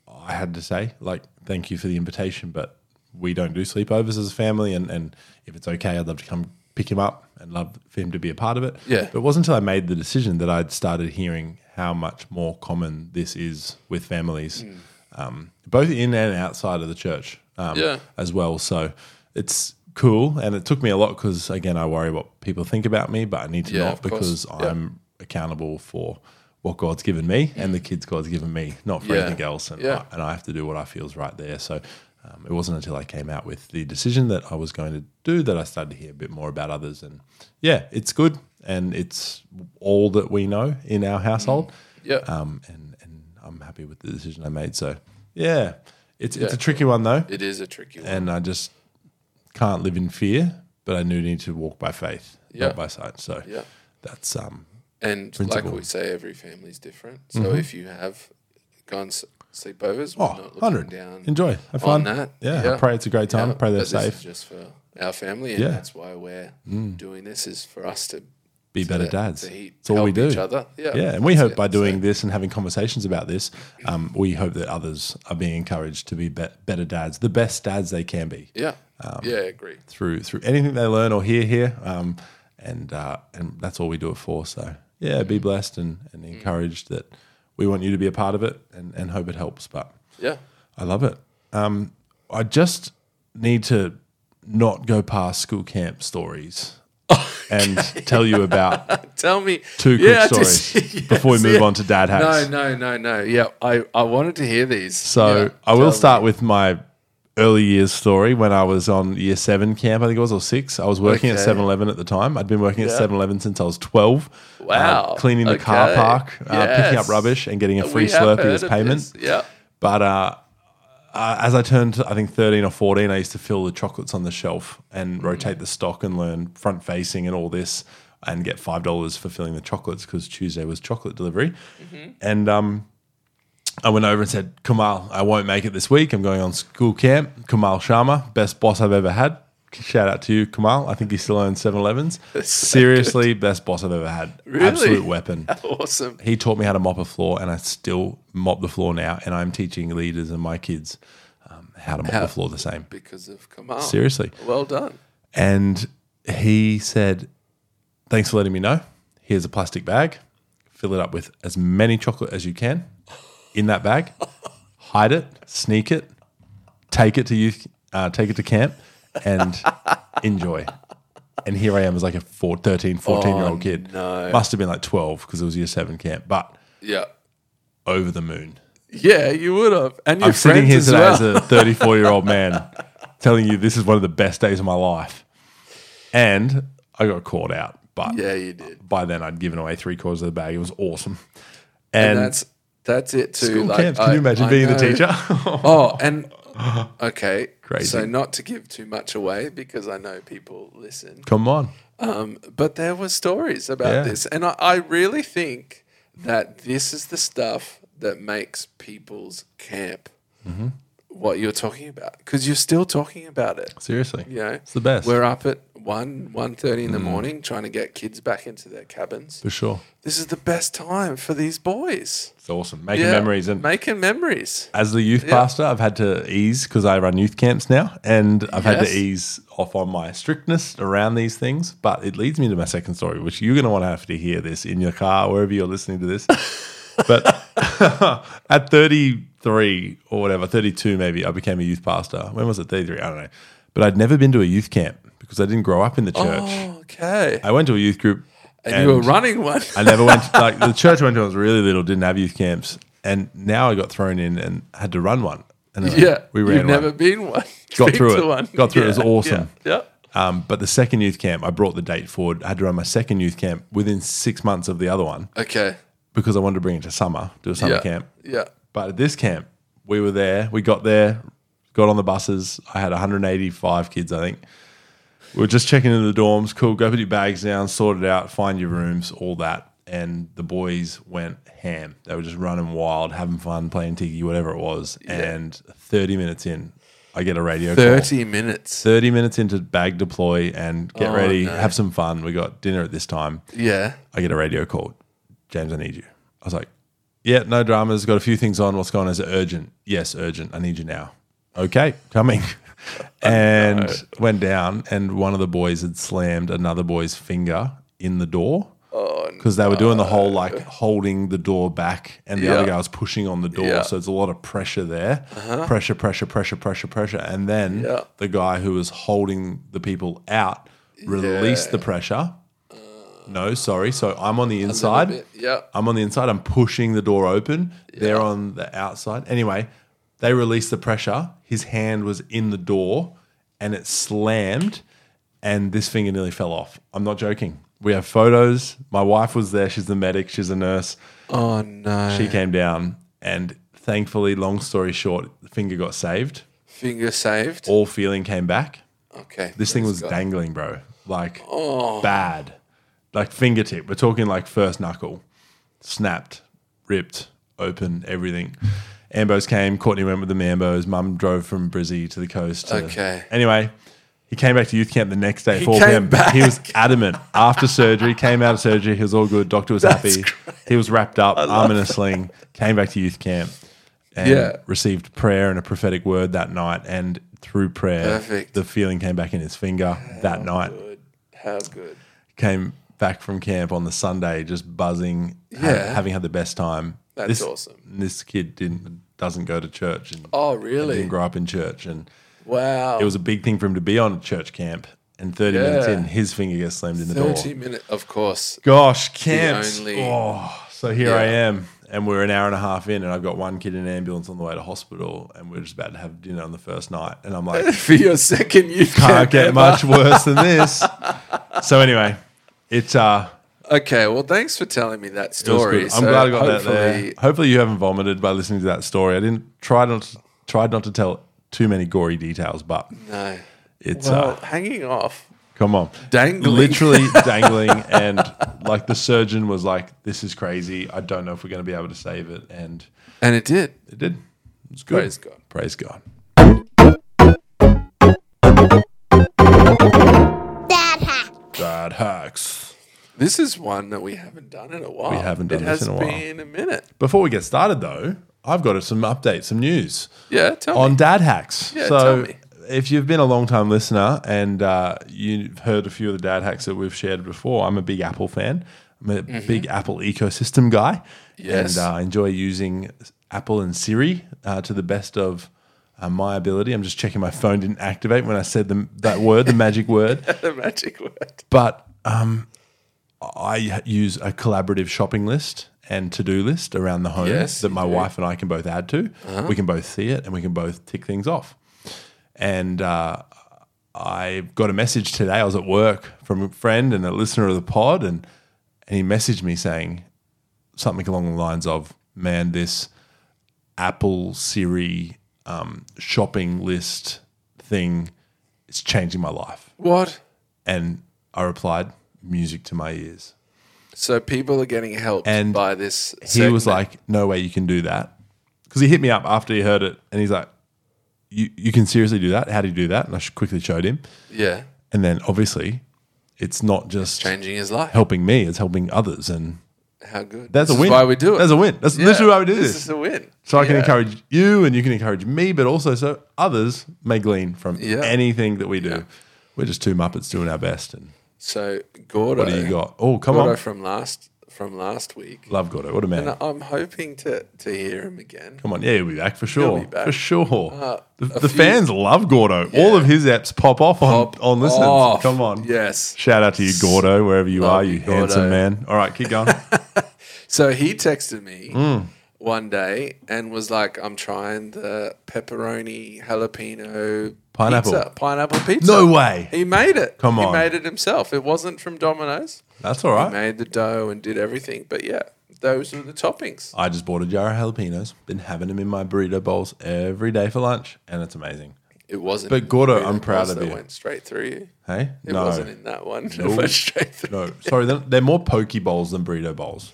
[SPEAKER 2] um, I had to say, like, thank you for the invitation, but we don't do sleepovers as a family. And, and if it's okay, I'd love to come pick him up and love for him to be a part of it.
[SPEAKER 1] Yeah.
[SPEAKER 2] But it wasn't until I made the decision that I'd started hearing how much more common this is with families, um, both in and outside of the church. Um,
[SPEAKER 1] Yeah.
[SPEAKER 2] as well. So it's cool, and it took me a lot because again, I worry what people think about me, but I need to
[SPEAKER 1] Yeah,
[SPEAKER 2] not
[SPEAKER 1] of course.
[SPEAKER 2] because
[SPEAKER 1] Yeah.
[SPEAKER 2] I'm accountable for what God's given me and the kids God's given me, not for
[SPEAKER 1] Yeah.
[SPEAKER 2] anything else. And
[SPEAKER 1] Yeah.
[SPEAKER 2] I, and I have to do what I feel is right there. So. Um, it wasn't until I came out with the decision that I was going to do that I started to hear a bit more about others. And yeah, it's good. And it's all that we know in our household
[SPEAKER 1] yeah
[SPEAKER 2] um, and and I'm happy with the decision I made. So yeah, it's it's a tricky one though,
[SPEAKER 1] it is a tricky one.
[SPEAKER 2] and I just can't live in fear, but I do need to walk by faith,
[SPEAKER 1] Yeah.
[SPEAKER 2] not by sight. So
[SPEAKER 1] Yeah.
[SPEAKER 2] that's um
[SPEAKER 1] And
[SPEAKER 2] Principle. Mm-hmm.
[SPEAKER 1] like we say, every family's different. So if you have gone s- sleepovers, we're
[SPEAKER 2] oh,
[SPEAKER 1] not looking
[SPEAKER 2] 100.
[SPEAKER 1] down
[SPEAKER 2] Enjoy, have
[SPEAKER 1] on
[SPEAKER 2] fun.
[SPEAKER 1] that.
[SPEAKER 2] Yeah, I pray it's a great time.
[SPEAKER 1] Yeah,
[SPEAKER 2] pray they're
[SPEAKER 1] but This is
[SPEAKER 2] safe.
[SPEAKER 1] just for our family, and
[SPEAKER 2] Yeah. Mm.
[SPEAKER 1] that's why we're doing this is for us to
[SPEAKER 2] Be
[SPEAKER 1] to-
[SPEAKER 2] better
[SPEAKER 1] to
[SPEAKER 2] dads.
[SPEAKER 1] he-
[SPEAKER 2] It's all we
[SPEAKER 1] help
[SPEAKER 2] do.
[SPEAKER 1] Each other. Yeah,
[SPEAKER 2] Yeah, and we
[SPEAKER 1] that's
[SPEAKER 2] hope
[SPEAKER 1] it.
[SPEAKER 2] by
[SPEAKER 1] So-
[SPEAKER 2] doing this and having conversations about this, um, we hope that others are being encouraged to be, be better dads, the best dads they can be.
[SPEAKER 1] Yeah,
[SPEAKER 2] Um,
[SPEAKER 1] yeah, I agree.
[SPEAKER 2] through through anything they learn or hear here. Um, and uh, and that's all we do it for. So yeah,
[SPEAKER 1] Mm.
[SPEAKER 2] be blessed and, and encouraged that we want you to be a part of it and, and hope it helps. But
[SPEAKER 1] Yeah,
[SPEAKER 2] I love it. Um, I just need to not go past school camp
[SPEAKER 1] *laughs*
[SPEAKER 2] stories and tell you about
[SPEAKER 1] tell me *laughs*
[SPEAKER 2] two quick
[SPEAKER 1] yeah, I just-
[SPEAKER 2] stories before we
[SPEAKER 1] yes,
[SPEAKER 2] move
[SPEAKER 1] yeah.
[SPEAKER 2] on to dad hacks.
[SPEAKER 1] No, no, no, no. Yeah, I, I wanted to hear these.
[SPEAKER 2] So
[SPEAKER 1] Yeah,
[SPEAKER 2] I will
[SPEAKER 1] tell
[SPEAKER 2] start with my early years story when I was on year seven camp, I think it was, or six. I was working at
[SPEAKER 1] Okay.
[SPEAKER 2] 7 Eleven at the time. I'd been working at
[SPEAKER 1] Yeah.
[SPEAKER 2] 7 Eleven since I was 12. uh,
[SPEAKER 1] Wow.
[SPEAKER 2] cleaning the car
[SPEAKER 1] Okay.
[SPEAKER 2] park, uh, picking up
[SPEAKER 1] Yes.
[SPEAKER 2] rubbish, and getting a
[SPEAKER 1] me.
[SPEAKER 2] free
[SPEAKER 1] We have
[SPEAKER 2] Slurpee
[SPEAKER 1] heard
[SPEAKER 2] as
[SPEAKER 1] of
[SPEAKER 2] payment.
[SPEAKER 1] this. Yeah.
[SPEAKER 2] But uh, uh, as I turned, I think thirteen or fourteen, I used to fill the chocolates on the shelf and rotate the stock and learn front facing and all this, and get five dollars for filling the chocolates because Tuesday was chocolate delivery. And um, I went over and said, "Kamal, I won't make it this week. I'm going on school camp." Kamal Sharma, best boss I've ever had. Shout out to you, Kamal. I think he still owns 7-Elevens. Seriously, best boss I've ever had.
[SPEAKER 1] Really?
[SPEAKER 2] Absolute weapon
[SPEAKER 1] Awesome.
[SPEAKER 2] he taught me how to mop a floor, and I still mop the floor now. And I'm teaching leaders and my kids um, how to mop the floor the same.
[SPEAKER 1] Because of Kamal.
[SPEAKER 2] Seriously.
[SPEAKER 1] Well done.
[SPEAKER 2] And he said, Thanks for letting me know. Here's a plastic bag. Fill it up with as many chocolate as you can in that bag. Hide it, sneak it, take it to youth, uh, take it to camp, and enjoy. And here I am as like a four, 13, 14 year old kid.
[SPEAKER 1] no.
[SPEAKER 2] Must have been like 12 because it was year seven camp, but
[SPEAKER 1] Yeah.
[SPEAKER 2] over the moon.
[SPEAKER 1] Yeah, you would have. And your
[SPEAKER 2] I'm sitting
[SPEAKER 1] friends
[SPEAKER 2] here
[SPEAKER 1] as
[SPEAKER 2] today
[SPEAKER 1] well.
[SPEAKER 2] as a 34 year old man telling you this is one of the best days of my life. And I got caught out, but
[SPEAKER 1] yeah, you did.
[SPEAKER 2] by then I'd given away three quarters of the bag. It was awesome.
[SPEAKER 1] And
[SPEAKER 2] And,
[SPEAKER 1] that's that's it too.
[SPEAKER 2] school
[SPEAKER 1] Like,
[SPEAKER 2] camps, can
[SPEAKER 1] I-
[SPEAKER 2] you imagine
[SPEAKER 1] I
[SPEAKER 2] being the
[SPEAKER 1] know-
[SPEAKER 2] teacher?
[SPEAKER 1] *laughs* Oh,
[SPEAKER 2] *gasps*
[SPEAKER 1] and okay.
[SPEAKER 2] Crazy.
[SPEAKER 1] So not to give too much away because I know people listen.
[SPEAKER 2] Come on.
[SPEAKER 1] Um, but there were stories about
[SPEAKER 2] Yeah.
[SPEAKER 1] this, and I, I really think that this is the stuff that makes people's camp
[SPEAKER 2] Mm-hmm.
[SPEAKER 1] what you're talking about because you're still talking about it.
[SPEAKER 2] Seriously.
[SPEAKER 1] You know,
[SPEAKER 2] It's the best. Mm.
[SPEAKER 1] We're up at one one thirty in the morning trying to get kids back into their cabins.
[SPEAKER 2] For sure.
[SPEAKER 1] This is the best time for these boys.
[SPEAKER 2] It's awesome. Making
[SPEAKER 1] Yeah,
[SPEAKER 2] memories. And
[SPEAKER 1] making memories.
[SPEAKER 2] as the youth pastor, I've had to ease because I run youth camps now, and I've had
[SPEAKER 1] Yes.
[SPEAKER 2] to ease off on my strictness around these things. But it leads me to my second story, which you're going to want to have to hear this in your car, wherever you're listening to this.
[SPEAKER 1] *laughs*
[SPEAKER 2] but *laughs* at 33 or whatever, 32 maybe, I became a youth pastor. When was it? 33? I don't know. But I'd never been to a youth camp because I didn't grow up in the church.
[SPEAKER 1] Oh, okay.
[SPEAKER 2] I went to a youth group,
[SPEAKER 1] And, you were running one.
[SPEAKER 2] I never went to, like the church I went to when I was really little didn't have youth camps, and now I got thrown in and had to run one.
[SPEAKER 1] *laughs*
[SPEAKER 2] Anyway,
[SPEAKER 1] Yeah,
[SPEAKER 2] we
[SPEAKER 1] you've
[SPEAKER 2] ran one.
[SPEAKER 1] never been one.
[SPEAKER 2] got
[SPEAKER 1] Been
[SPEAKER 2] through
[SPEAKER 1] to
[SPEAKER 2] it. Got through it. It was
[SPEAKER 1] Yeah,
[SPEAKER 2] awesome.
[SPEAKER 1] Yeah, yeah.
[SPEAKER 2] Um, but the second youth camp, I brought the date forward. I had to run my second youth camp within six months of the other one
[SPEAKER 1] Okay.
[SPEAKER 2] because I wanted to bring it to summer, do a summer
[SPEAKER 1] Yeah.
[SPEAKER 2] camp. Oh.
[SPEAKER 1] Yeah.
[SPEAKER 2] But at this camp, we were there. We got there, got on the buses. I had 185 kids, I think. We were just checking into the dorms. Cool. Go put your bags down, sort it out, find your rooms, all that. And the boys went ham. They were just running wild, having fun, playing tiki, whatever it was. And 30 minutes in, I get a radio call.
[SPEAKER 1] Thirty minutes.
[SPEAKER 2] 30 minutes into bag deploy and get
[SPEAKER 1] Oh,
[SPEAKER 2] ready,
[SPEAKER 1] no.
[SPEAKER 2] have some fun. We got dinner at this time.
[SPEAKER 1] Yeah.
[SPEAKER 2] I get a radio call. James, I need you. I was like, yeah, no dramas. Got a few things on. What's going on? Is it urgent? Yes, urgent. I need you now. Okay,
[SPEAKER 1] *laughs*
[SPEAKER 2] coming. and went down, and one of the boys had slammed another boy's finger in the door.
[SPEAKER 1] Oh,
[SPEAKER 2] Because they were doing the whole like holding the door back, and the
[SPEAKER 1] Yeah.
[SPEAKER 2] other guy was pushing on the door,
[SPEAKER 1] Yeah. Uh-huh.
[SPEAKER 2] so it's a lot of pressure there. Pressure, pressure, pressure, pressure, pressure, and then
[SPEAKER 1] Yeah.
[SPEAKER 2] the guy who was holding the people out released the pressure, no, sorry. So I'm on the inside.
[SPEAKER 1] bit, yeah.
[SPEAKER 2] I'm on the inside. I'm pushing the door open. They're on the outside. Anyway, they released the pressure. His hand was in the door and it slammed and this finger nearly fell off. I'm not joking. We have photos. My wife was there. She's the medic. She's a nurse.
[SPEAKER 1] Oh no.
[SPEAKER 2] She came down and thankfully, long story short, the finger got saved.
[SPEAKER 1] Finger saved.
[SPEAKER 2] All feeling came back.
[SPEAKER 1] Okay.
[SPEAKER 2] This thing was dangling, bro. Like
[SPEAKER 1] Oh.
[SPEAKER 2] bad. Like fingertip. We're talking like first knuckle. Snapped, ripped, open, everything. Ambos came, Courtney went with the Ambos, mum drove from Brizzy to the coast. to-
[SPEAKER 1] Okay.
[SPEAKER 2] Anyway, he came back to youth camp the next day, at 4
[SPEAKER 1] came
[SPEAKER 2] p.m.
[SPEAKER 1] back.
[SPEAKER 2] He was adamant after surgery, came out of surgery, he was all good, doctor was happy. He was wrapped up, arm in a sling, came back to youth camp and
[SPEAKER 1] Yeah.
[SPEAKER 2] received prayer and a prophetic word that night. And through prayer,
[SPEAKER 1] Perfect.
[SPEAKER 2] the feeling came back in his finger that night.
[SPEAKER 1] Good. How good.
[SPEAKER 2] Came back from camp on the Sunday, just buzzing, ha-
[SPEAKER 1] Yeah.
[SPEAKER 2] having had the best time.
[SPEAKER 1] That's
[SPEAKER 2] this,
[SPEAKER 1] awesome.
[SPEAKER 2] This kid didn't doesn't go to church and
[SPEAKER 1] Oh
[SPEAKER 2] didn't
[SPEAKER 1] really?
[SPEAKER 2] grow up in church, and
[SPEAKER 1] Wow.
[SPEAKER 2] it was a big thing for him to be on a church camp. And thirty minutes
[SPEAKER 1] Yeah.
[SPEAKER 2] in, his finger gets slammed in the
[SPEAKER 1] thirty
[SPEAKER 2] door.
[SPEAKER 1] minute. Of course. *laughs*
[SPEAKER 2] Gosh, camps.
[SPEAKER 1] only-
[SPEAKER 2] oh, so here I
[SPEAKER 1] Yeah.
[SPEAKER 2] am. And we're an hour and a half in, and I've got one kid in an ambulance on the way to hospital, and we're just about to have dinner on the first night. And I'm like,
[SPEAKER 1] For your second youth
[SPEAKER 2] can't
[SPEAKER 1] camp
[SPEAKER 2] get
[SPEAKER 1] ever.
[SPEAKER 2] much
[SPEAKER 1] *laughs*
[SPEAKER 2] worse than this. So anyway, it's uh,
[SPEAKER 1] Okay, well, thanks for telling me that
[SPEAKER 2] it was
[SPEAKER 1] story.
[SPEAKER 2] good.
[SPEAKER 1] So
[SPEAKER 2] I'm glad I got that
[SPEAKER 1] hopefully-
[SPEAKER 2] there. Hopefully, you haven't vomited by listening to that story. I didn't try not tried not to tell too many gory details, but
[SPEAKER 1] No.
[SPEAKER 2] it's
[SPEAKER 1] Well,
[SPEAKER 2] uh,
[SPEAKER 1] hanging off.
[SPEAKER 2] come on,
[SPEAKER 1] Dangling. *laughs*
[SPEAKER 2] literally dangling, and like the surgeon was like, "This is crazy. I don't know if we're going to be able to save it," and
[SPEAKER 1] And it did.
[SPEAKER 2] it did. It's good.
[SPEAKER 1] Praise God.
[SPEAKER 2] Praise God.
[SPEAKER 3] Dad hack.
[SPEAKER 2] Dad hacks.
[SPEAKER 1] This is one that we haven't done in a while. We
[SPEAKER 2] haven't done
[SPEAKER 1] it
[SPEAKER 2] this
[SPEAKER 1] has
[SPEAKER 2] in a while.
[SPEAKER 1] been a minute.
[SPEAKER 2] Before we get started, though, I've got some updates, some news.
[SPEAKER 1] Yeah, tell me.
[SPEAKER 2] on dad hacks.
[SPEAKER 1] Yeah,
[SPEAKER 2] so
[SPEAKER 1] tell me.
[SPEAKER 2] if you've been a long time listener and uh, you've heard a few of the dad hacks that we've shared before, I'm a big Apple fan. I'm a big Apple ecosystem guy.
[SPEAKER 1] Mm-hmm. Yes.
[SPEAKER 2] And uh, I enjoy using Apple and Siri uh, to the best of uh, my ability. I'm just checking my phone didn't activate when I said the, that word, the magic word
[SPEAKER 1] the magic word.
[SPEAKER 2] but um, I use a collaborative shopping list and to-do list around the home
[SPEAKER 1] Yes,
[SPEAKER 2] that
[SPEAKER 1] you
[SPEAKER 2] my
[SPEAKER 1] do. Uh-huh.
[SPEAKER 2] wife and I can both add to. We can both see it and we can both tick things off. And uh, I got a message today. I was at work from a friend and a listener of the pod, and and he messaged me saying something along the lines of, "Man, this Apple Siri um, shopping list thing is changing my life."
[SPEAKER 1] What?
[SPEAKER 2] And I replied, music to my ears.
[SPEAKER 1] So people are getting helped
[SPEAKER 2] And
[SPEAKER 1] by this.
[SPEAKER 2] He was like, no way you can do that. Because he hit me up after he heard it and he's like, you, you can seriously do that? How do you do that? And I sh- quickly showed him.
[SPEAKER 1] yeah,
[SPEAKER 2] And then obviously, it's not just
[SPEAKER 1] changing his life.
[SPEAKER 2] helping me, it's helping others. And
[SPEAKER 1] How good.
[SPEAKER 2] that's
[SPEAKER 1] This
[SPEAKER 2] a win.
[SPEAKER 1] Is why we do it.
[SPEAKER 2] That's a win. That's
[SPEAKER 1] Yeah,
[SPEAKER 2] literally why we do this.
[SPEAKER 1] This is a win.
[SPEAKER 2] so I can
[SPEAKER 1] Yeah.
[SPEAKER 2] encourage you and you can encourage me, but also so others may glean from
[SPEAKER 1] Yeah.
[SPEAKER 2] anything that we do.
[SPEAKER 1] Yeah.
[SPEAKER 2] We're just two Muppets doing our best. And
[SPEAKER 1] So Gordo,
[SPEAKER 2] what do you got? Oh, come
[SPEAKER 1] Gordo
[SPEAKER 2] on.
[SPEAKER 1] from last from last week.
[SPEAKER 2] Love Gordo. What a man.
[SPEAKER 1] And I'm hoping to to hear him again.
[SPEAKER 2] Come on, yeah, he'll be back for sure.
[SPEAKER 1] be back. Uh,
[SPEAKER 2] For sure. the
[SPEAKER 1] a few-
[SPEAKER 2] the fans love Gordo. All of his apps pop off on,
[SPEAKER 1] Pop
[SPEAKER 2] on listeners.
[SPEAKER 1] off.
[SPEAKER 2] Come on.
[SPEAKER 1] Yes.
[SPEAKER 2] Shout out to you, Gordo, wherever you
[SPEAKER 1] Love
[SPEAKER 2] are, you
[SPEAKER 1] you, *laughs* Gordo.
[SPEAKER 2] handsome man. All right, keep going. Hmm.
[SPEAKER 1] So he texted me one day and was like, "I'm trying the pepperoni jalapeno
[SPEAKER 2] Pineapple.
[SPEAKER 1] pizza, pineapple pizza."
[SPEAKER 2] No way.
[SPEAKER 1] He made it.
[SPEAKER 2] Come
[SPEAKER 1] he
[SPEAKER 2] on.
[SPEAKER 1] made it himself. It wasn't from Domino's.
[SPEAKER 2] That's all
[SPEAKER 1] He
[SPEAKER 2] right.
[SPEAKER 1] made the dough and did everything. But yeah, those were the toppings.
[SPEAKER 2] I just bought a jar of jalapenos. Been having them in my burrito bowls every day for lunch, and it's amazing.
[SPEAKER 1] It wasn't.
[SPEAKER 2] But
[SPEAKER 1] in the
[SPEAKER 2] Gordo,
[SPEAKER 1] burrito
[SPEAKER 2] I'm proud
[SPEAKER 1] balls
[SPEAKER 2] of
[SPEAKER 1] that
[SPEAKER 2] you.
[SPEAKER 1] Went straight through you.
[SPEAKER 2] Hey,
[SPEAKER 1] It
[SPEAKER 2] no,
[SPEAKER 1] wasn't in that one. *laughs* It went straight through.
[SPEAKER 2] no. Sorry, they're, they're more poke bowls than burrito bowls.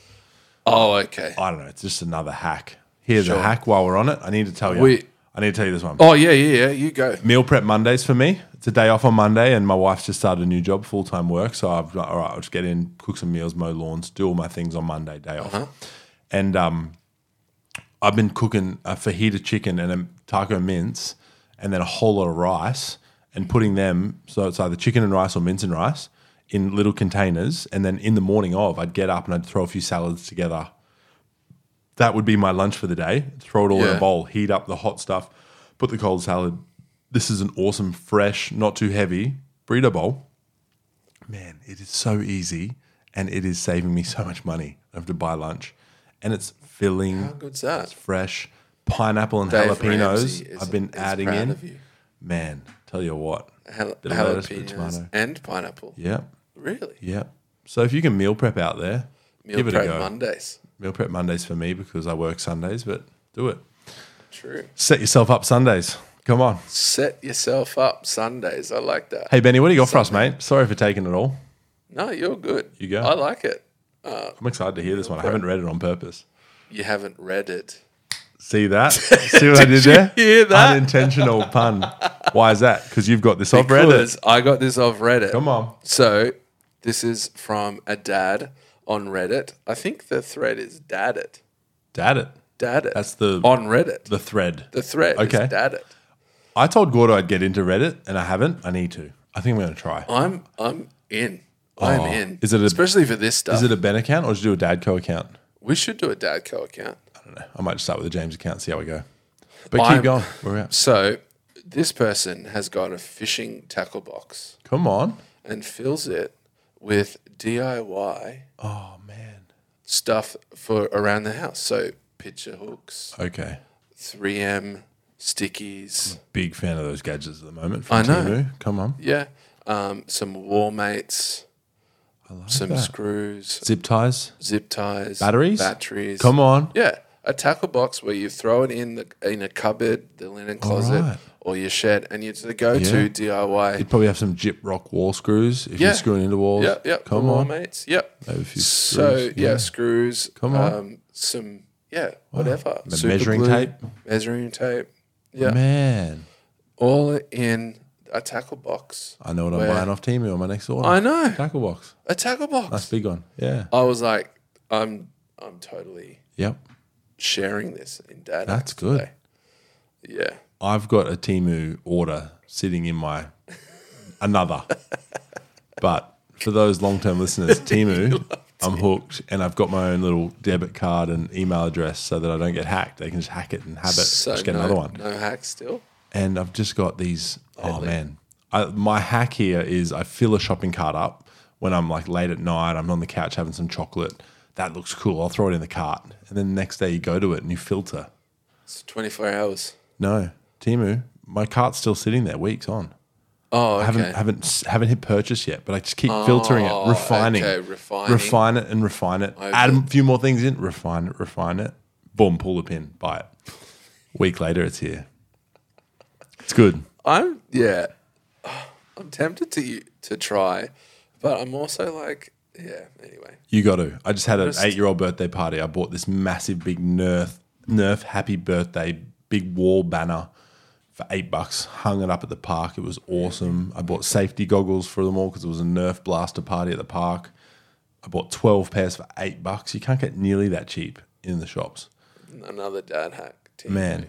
[SPEAKER 1] Oh, okay.
[SPEAKER 2] I don't know. It's just another hack. Here's a hack while we're on it. I need to tell you.
[SPEAKER 1] We-
[SPEAKER 2] I need to tell you this one.
[SPEAKER 1] Oh yeah, yeah, yeah. You go.
[SPEAKER 2] Meal prep Mondays for me. It's a day off on Monday, and my wife's just started a new job, full time work. So I've like, all right, I'll just get in, cook some meals, mow lawns, do all my things on Monday, day off. And um, I've been cooking a fajita chicken and a taco mince, and then a whole lot of rice, and putting them so it's either chicken and rice or mince and rice in little containers. And then in the morning of, I'd get up and I'd throw a few salads together. That would be my lunch for the day. Throw it all in
[SPEAKER 1] Yeah.
[SPEAKER 2] a bowl, heat up the hot stuff, put the cold salad. This is an awesome, fresh, not too heavy burrito bowl. Man, it is so easy and it is saving me so much money. I have to buy lunch. And it's filling.
[SPEAKER 1] How good's that?
[SPEAKER 2] It's fresh pineapple and
[SPEAKER 1] Dave Ramsey
[SPEAKER 2] jalapenos.
[SPEAKER 1] is-
[SPEAKER 2] I've been
[SPEAKER 1] is
[SPEAKER 2] adding
[SPEAKER 1] proud
[SPEAKER 2] in.
[SPEAKER 1] of you.
[SPEAKER 2] Man, tell you what.
[SPEAKER 1] Jal-
[SPEAKER 2] Bit of lettuce, bit of
[SPEAKER 1] jalapenos
[SPEAKER 2] tomato.
[SPEAKER 1] and pineapple.
[SPEAKER 2] Yeah,
[SPEAKER 1] Really?
[SPEAKER 2] yeah. So if you can meal prep out there,
[SPEAKER 1] Meal
[SPEAKER 2] give it
[SPEAKER 1] prep
[SPEAKER 2] a go.
[SPEAKER 1] Mondays.
[SPEAKER 2] Meal prep Mondays for me because I work Sundays, but do it.
[SPEAKER 1] True.
[SPEAKER 2] Set yourself up Sundays. Come on.
[SPEAKER 1] Set yourself up Sundays. I like that.
[SPEAKER 2] Hey Benny, what do you got for us, mate? Sorry for taking it all.
[SPEAKER 1] No, you're good.
[SPEAKER 2] You go.
[SPEAKER 1] I like it. Uh,
[SPEAKER 2] I'm excited to hear this one. I haven't read it on purpose.
[SPEAKER 1] you haven't read it.
[SPEAKER 2] See *laughs* that? See what I did
[SPEAKER 1] you
[SPEAKER 2] there?
[SPEAKER 1] hear that?
[SPEAKER 2] Unintentional pun. Why is that? Because you've got this off Reddit.
[SPEAKER 1] Because I got this off Reddit.
[SPEAKER 2] Come on.
[SPEAKER 1] So this is from a dad on Reddit. I think the thread is dad it.
[SPEAKER 2] Dad it.
[SPEAKER 1] Dad it.
[SPEAKER 2] That's the
[SPEAKER 1] on Reddit. The,
[SPEAKER 2] the thread.
[SPEAKER 1] thread
[SPEAKER 2] Okay.
[SPEAKER 1] is dad it.
[SPEAKER 2] I told Gordo I'd get into Reddit, and I haven't. I need to. I think I'm going to try.
[SPEAKER 1] I'm I'm in. I'm
[SPEAKER 2] Oh,
[SPEAKER 1] in.
[SPEAKER 2] is it a-
[SPEAKER 1] especially for this stuff?
[SPEAKER 2] Is it a Ben account or should I do a Dadco account?
[SPEAKER 1] we should do a Dadco account.
[SPEAKER 2] I don't know. I might just start with a James account, see how we go. But
[SPEAKER 1] I'm-
[SPEAKER 2] keep going. We're out.
[SPEAKER 1] So this person has got a fishing tackle box
[SPEAKER 2] Come on.
[SPEAKER 1] and fills it with DIY
[SPEAKER 2] Oh man.
[SPEAKER 1] stuff for around the house. So picture hooks,
[SPEAKER 2] Okay.
[SPEAKER 1] 3M stickies,
[SPEAKER 2] Big fan of those gadgets at the moment. From
[SPEAKER 1] I know.
[SPEAKER 2] Temu. Come on.
[SPEAKER 1] yeah, um, some war mates, some screws,
[SPEAKER 2] Zip ties.
[SPEAKER 1] zip ties,
[SPEAKER 2] Batteries?
[SPEAKER 1] batteries.
[SPEAKER 2] Come on.
[SPEAKER 1] Yeah, a tackle box where you throw it in the in a cupboard, the linen closet,
[SPEAKER 2] right.
[SPEAKER 1] or your shed, and it's the go-to
[SPEAKER 2] Yeah.
[SPEAKER 1] DIY.
[SPEAKER 2] You'd probably have some Jip Rock wall screws if
[SPEAKER 1] Yeah.
[SPEAKER 2] you're screwing into walls.
[SPEAKER 1] Yep, yep.
[SPEAKER 2] Come
[SPEAKER 1] War
[SPEAKER 2] on.
[SPEAKER 1] mates. Yep.
[SPEAKER 2] Maybe a few
[SPEAKER 1] So
[SPEAKER 2] screws,
[SPEAKER 1] yeah,
[SPEAKER 2] yeah.
[SPEAKER 1] screws.
[SPEAKER 2] Come on.
[SPEAKER 1] um, some yeah, whatever.
[SPEAKER 2] The
[SPEAKER 1] Super
[SPEAKER 2] measuring
[SPEAKER 1] glue,
[SPEAKER 2] tape.
[SPEAKER 1] measuring tape. Yeah,
[SPEAKER 2] Man,
[SPEAKER 1] all in a tackle box.
[SPEAKER 2] I know what
[SPEAKER 1] Where-
[SPEAKER 2] I'm buying off Temu on my next order.
[SPEAKER 1] I know
[SPEAKER 2] Tackle box.
[SPEAKER 1] a tackle box.
[SPEAKER 2] That's a big one. Yeah.
[SPEAKER 1] I was like, I'm I'm totally
[SPEAKER 2] Yep.
[SPEAKER 1] sharing this in data.
[SPEAKER 2] That's good.
[SPEAKER 1] yeah.
[SPEAKER 2] I've got a Timu order sitting in my another. but for those long term
[SPEAKER 1] *laughs*
[SPEAKER 2] listeners, Timu, I'm hooked and I've got my own little debit card and email address so that I don't get hacked. They can just hack it and have it.
[SPEAKER 1] So
[SPEAKER 2] just get
[SPEAKER 1] no,
[SPEAKER 2] another one.
[SPEAKER 1] No hack still.
[SPEAKER 2] And I've just got these. Oh, man. I, my hack here is I fill a shopping cart up when I'm like late at night. I'm on the couch having some chocolate. That looks cool. I'll throw it in the cart. And then the next day you go to it and you filter.
[SPEAKER 1] It's 24 hours.
[SPEAKER 2] No, Timu, my cart's still sitting there weeks on.
[SPEAKER 1] Oh, okay. Oh,
[SPEAKER 2] I haven't haven't s- haven't hit purchase yet, but I just keep filtering it, refining,
[SPEAKER 1] okay,
[SPEAKER 2] it,
[SPEAKER 1] refining.
[SPEAKER 2] refine it, and refine it. Add a few more things in, refine it, refine it. Boom, pull the pin, buy it. Week later, it's here. It's good.
[SPEAKER 1] I'm yeah. *sighs* I'm tempted to to try, but I'm also like yeah. Anyway,
[SPEAKER 2] You got to. I just had an eight-year-old birthday party. I bought this massive big Nerf Nerf Happy Birthday big wall banner for eight bucks. Hung it up at the park. It was awesome. I bought safety goggles for them all because it was a Nerf blaster party at the park. I bought twelve pairs for eight bucks. You can't get nearly that cheap in the shops,
[SPEAKER 1] another dad hack. Team.
[SPEAKER 2] man.